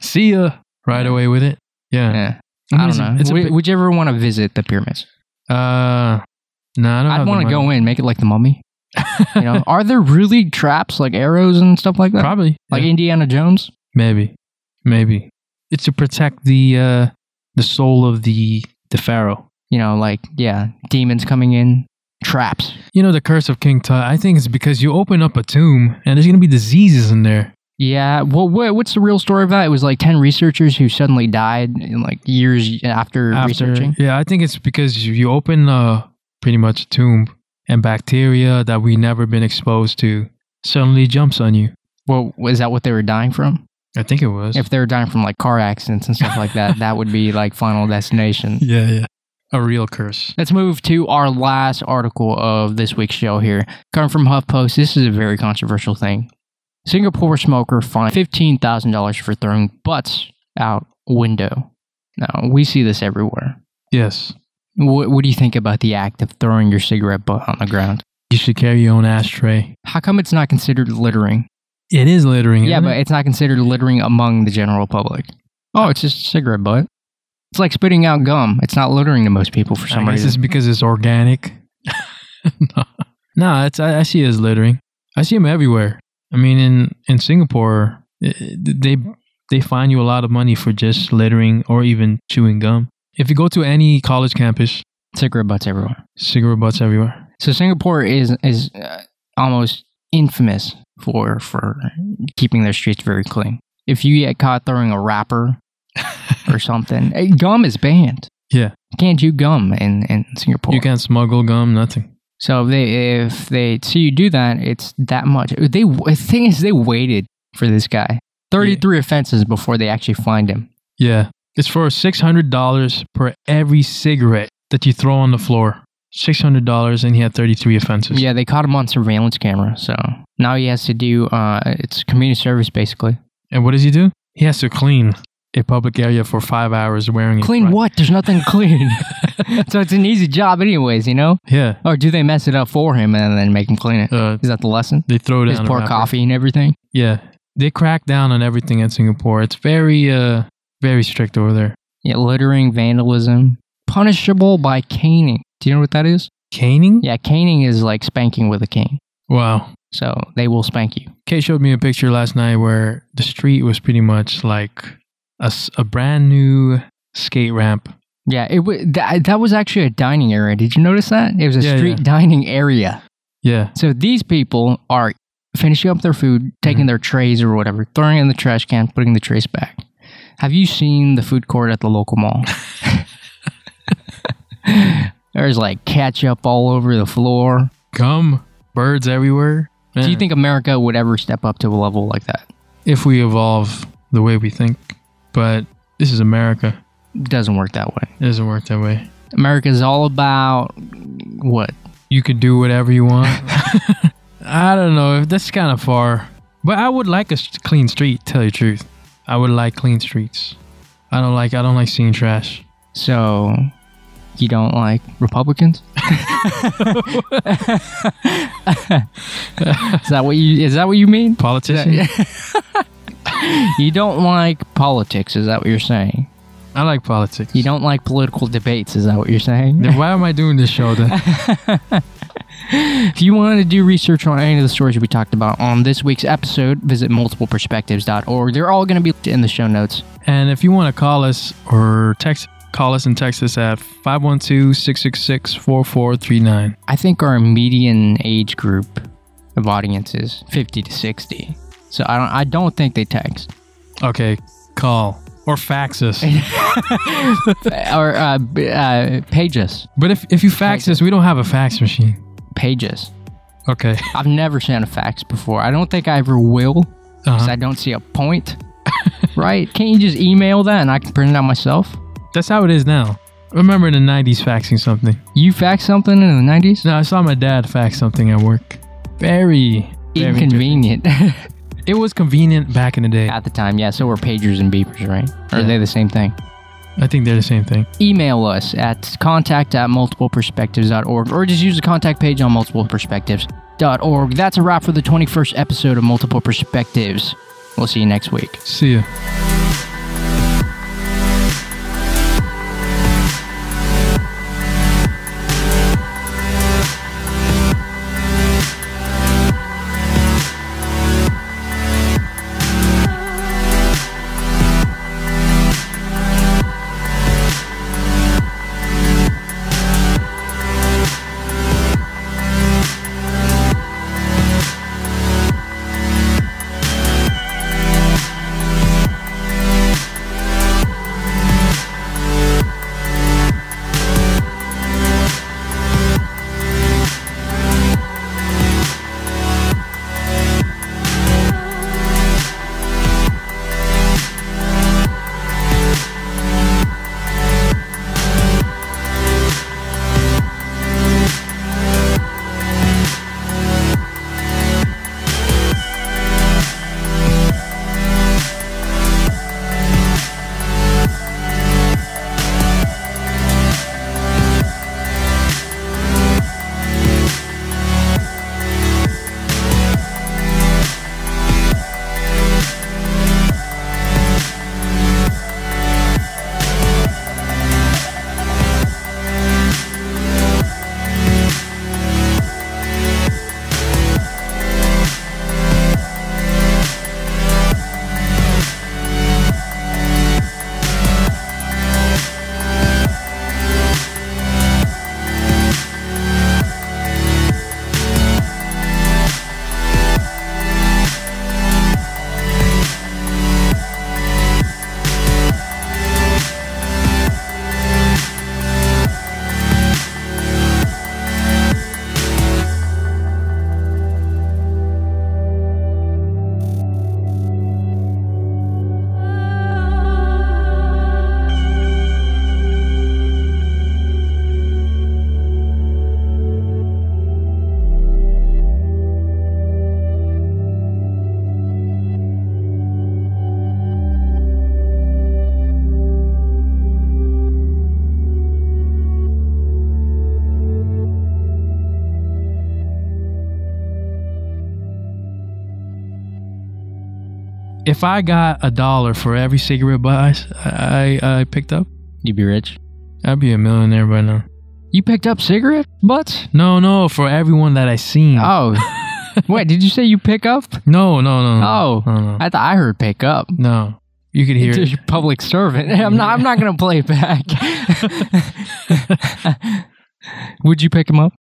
[SPEAKER 1] See ya. Right away with it. Yeah.
[SPEAKER 4] Yeah. I don't
[SPEAKER 1] It's a-
[SPEAKER 4] know.
[SPEAKER 1] It's a
[SPEAKER 4] Would,
[SPEAKER 1] big-
[SPEAKER 4] would you ever want to visit the pyramids?
[SPEAKER 1] uh, no, I don't
[SPEAKER 4] I'd want to go in, make it like the mummy. You *laughs* know, are there really traps like arrows and stuff like that?
[SPEAKER 1] *laughs* Probably.
[SPEAKER 4] *laughs* Like
[SPEAKER 1] Yeah.
[SPEAKER 4] Indiana Jones?
[SPEAKER 1] Maybe. Maybe. It's to protect the uh the soul of the the pharaoh.
[SPEAKER 4] You know, like yeah, demons coming in, traps.
[SPEAKER 1] You know the curse of King Tut. I think it's because you open up a tomb and there's gonna be diseases in there.
[SPEAKER 4] Yeah. Well, what, what's the real story of that? It was like ten researchers who suddenly died in like years after, researching.
[SPEAKER 1] Yeah, I think it's because you- you open uh, pretty much a tomb and bacteria that we never been exposed to suddenly jumps on you.
[SPEAKER 4] Well, is that what they were dying from?
[SPEAKER 1] I think it was.
[SPEAKER 4] If they were dying from like car accidents and stuff like *laughs* that, that would be like Final Destination.
[SPEAKER 1] yeah, yeah. A real curse.
[SPEAKER 4] Let's move to our last article of this week's show here. Coming from HuffPost, this is a very controversial thing. Singapore smoker fined $15,000 for throwing butts out window. Now, we see this everywhere.
[SPEAKER 1] Yes.
[SPEAKER 4] What, what do you think about the act of throwing your cigarette butt on the ground?
[SPEAKER 1] You should carry your own ashtray.
[SPEAKER 4] How come it's not considered littering?
[SPEAKER 1] It is littering.
[SPEAKER 4] Yeah,
[SPEAKER 1] isn't
[SPEAKER 4] but
[SPEAKER 1] it?
[SPEAKER 4] it's not considered littering among the general public. Oh, it's just a cigarette butt. It's like spitting out gum. It's not littering to most people for some
[SPEAKER 1] I guess
[SPEAKER 4] reason.
[SPEAKER 1] it's because it's organic. *laughs* no, no it's, I, I see it as littering. I see them everywhere. I mean, in in Singapore, eh, they they fine you a lot of money for just littering or even chewing gum. If you go to any college campus,
[SPEAKER 4] Cigarette butts everywhere.
[SPEAKER 1] cigarette butts everywhere.
[SPEAKER 4] So Singapore is is uh, almost infamous for for keeping their streets very clean. If you get caught throwing a
[SPEAKER 1] *laughs*
[SPEAKER 4] wrapper or something, eh, gum is banned.
[SPEAKER 1] Yeah.
[SPEAKER 4] You can't chew gum in, in Singapore.
[SPEAKER 1] You can't smuggle gum, nothing.
[SPEAKER 4] So if they if they see you do that, it's that much. They the thing is they waited for this guy thirty three offenses before they actually fined him.
[SPEAKER 1] Yeah, it's for six hundred dollars per every cigarette that you throw on the floor. Six hundred dollars, and he had thirty three offenses.
[SPEAKER 4] Yeah, they caught him on surveillance camera. So now he has to do uh, it's community service basically.
[SPEAKER 1] And what does he do? He has to clean a public area for five hours wearing a
[SPEAKER 4] Clean
[SPEAKER 1] fri-
[SPEAKER 4] what? There's nothing clean. *laughs* so it's an easy job, anyways, you know?
[SPEAKER 1] Yeah.
[SPEAKER 4] Or do they mess it up for him and then make him clean it? Is
[SPEAKER 1] Uh,
[SPEAKER 4] that the lesson?
[SPEAKER 1] they throw down
[SPEAKER 4] Just
[SPEAKER 1] a
[SPEAKER 4] pour
[SPEAKER 1] wrapper.
[SPEAKER 4] coffee and everything?
[SPEAKER 1] Yeah, they crack down on everything in Singapore. It's very, uh, very strict over there.
[SPEAKER 4] Yeah, littering, vandalism. Punishable by caning. Do you know what that is?
[SPEAKER 1] Caning?
[SPEAKER 4] Yeah, caning is like spanking with a cane.
[SPEAKER 1] Wow.
[SPEAKER 4] So they will spank you.
[SPEAKER 1] Kay showed me a picture last night where the street was pretty much like a, s- a brand new skate ramp.
[SPEAKER 4] Yeah, it w- that, that was actually a dining area. Did you notice that? It was a
[SPEAKER 1] Yeah,
[SPEAKER 4] street
[SPEAKER 1] yeah.
[SPEAKER 4] dining area.
[SPEAKER 1] Yeah.
[SPEAKER 4] So these people are finishing up their food, taking their trays or whatever, throwing it in the trash can, putting the trays back. Have you seen the food court at the local mall? *laughs* There's like ketchup all over the floor.
[SPEAKER 1] Gum, birds everywhere.
[SPEAKER 4] Do you
[SPEAKER 1] Man,
[SPEAKER 4] think America would ever step up to a level like that?
[SPEAKER 1] if we evolve the way we think, but this is America.
[SPEAKER 4] It doesn't work that way.
[SPEAKER 1] It doesn't work that way.
[SPEAKER 4] America's all about what?
[SPEAKER 1] you could do whatever you
[SPEAKER 4] *laughs*
[SPEAKER 1] want. *laughs* I don't know if that's kind of far, but I would like a s- clean street. Tell you the truth, I would like clean streets. I don't like I don't like seeing trash.
[SPEAKER 4] So you don't like Republicans? *laughs* is that what you is that what you mean?
[SPEAKER 1] Politician,
[SPEAKER 4] you don't like politics, is that what you're saying?
[SPEAKER 1] *laughs* I like politics.
[SPEAKER 4] You don't like political debates, is that what you're saying?
[SPEAKER 1] Then why am I doing this show then?
[SPEAKER 4] *laughs* If you want to do research on any of the stories we talked about on this week's episode, visit multipleperspectives.org. They're all going to be in the show notes.
[SPEAKER 1] And if you want to call us or text, call us in Texas at 512 666 4439.
[SPEAKER 4] I think our median age group of audience is 50 to 60. So I don't I don't think they text.
[SPEAKER 1] Okay, call or fax
[SPEAKER 4] *laughs*
[SPEAKER 1] us.
[SPEAKER 4] or uh, b- uh, page us.
[SPEAKER 1] But if, if you fax us, we don't have a fax machine.
[SPEAKER 4] Page us. *laughs*
[SPEAKER 1] Okay.
[SPEAKER 4] I've never sent a fax before. I don't think I ever will because I
[SPEAKER 1] Uh-huh.
[SPEAKER 4] don't see a point. *laughs* right? Can't you just email that and I can print it out myself?
[SPEAKER 1] That's how it is now. Remember in the 90s faxing something?
[SPEAKER 4] You faxed something in the 90s?
[SPEAKER 1] No, I saw my dad fax something at work. Very, very *laughs*
[SPEAKER 4] Inconvenient
[SPEAKER 1] It was convenient back in the day.
[SPEAKER 4] at the time. Yeah, so were pagers and beepers, right? Or are
[SPEAKER 1] Yeah.
[SPEAKER 4] they the same thing?
[SPEAKER 1] I think they're the same thing.
[SPEAKER 4] Email us at contact at multipleperspectives.org or just use the contact page on multipleperspectives.org. That's a wrap for the 21st episode of Multiple Perspectives. We'll see you next week.
[SPEAKER 1] See ya. If I got a dollar for every cigarette buys I, I, I picked up,
[SPEAKER 4] You'd be rich.
[SPEAKER 1] I'd be a millionaire by now.
[SPEAKER 4] You picked up cigarette butts?
[SPEAKER 1] No, no, for everyone that I seen.
[SPEAKER 4] Oh.
[SPEAKER 1] *laughs*
[SPEAKER 4] Wait, did you say you pick up?
[SPEAKER 1] No, no, no, no.
[SPEAKER 4] Oh,
[SPEAKER 1] no, no.
[SPEAKER 4] I thought I heard pick up.
[SPEAKER 1] no. You could
[SPEAKER 4] *laughs*
[SPEAKER 1] hear it.
[SPEAKER 4] Just public servant. *laughs*
[SPEAKER 1] *laughs*
[SPEAKER 4] I'm not. I'm not gonna play it back. *laughs* Would you pick him up?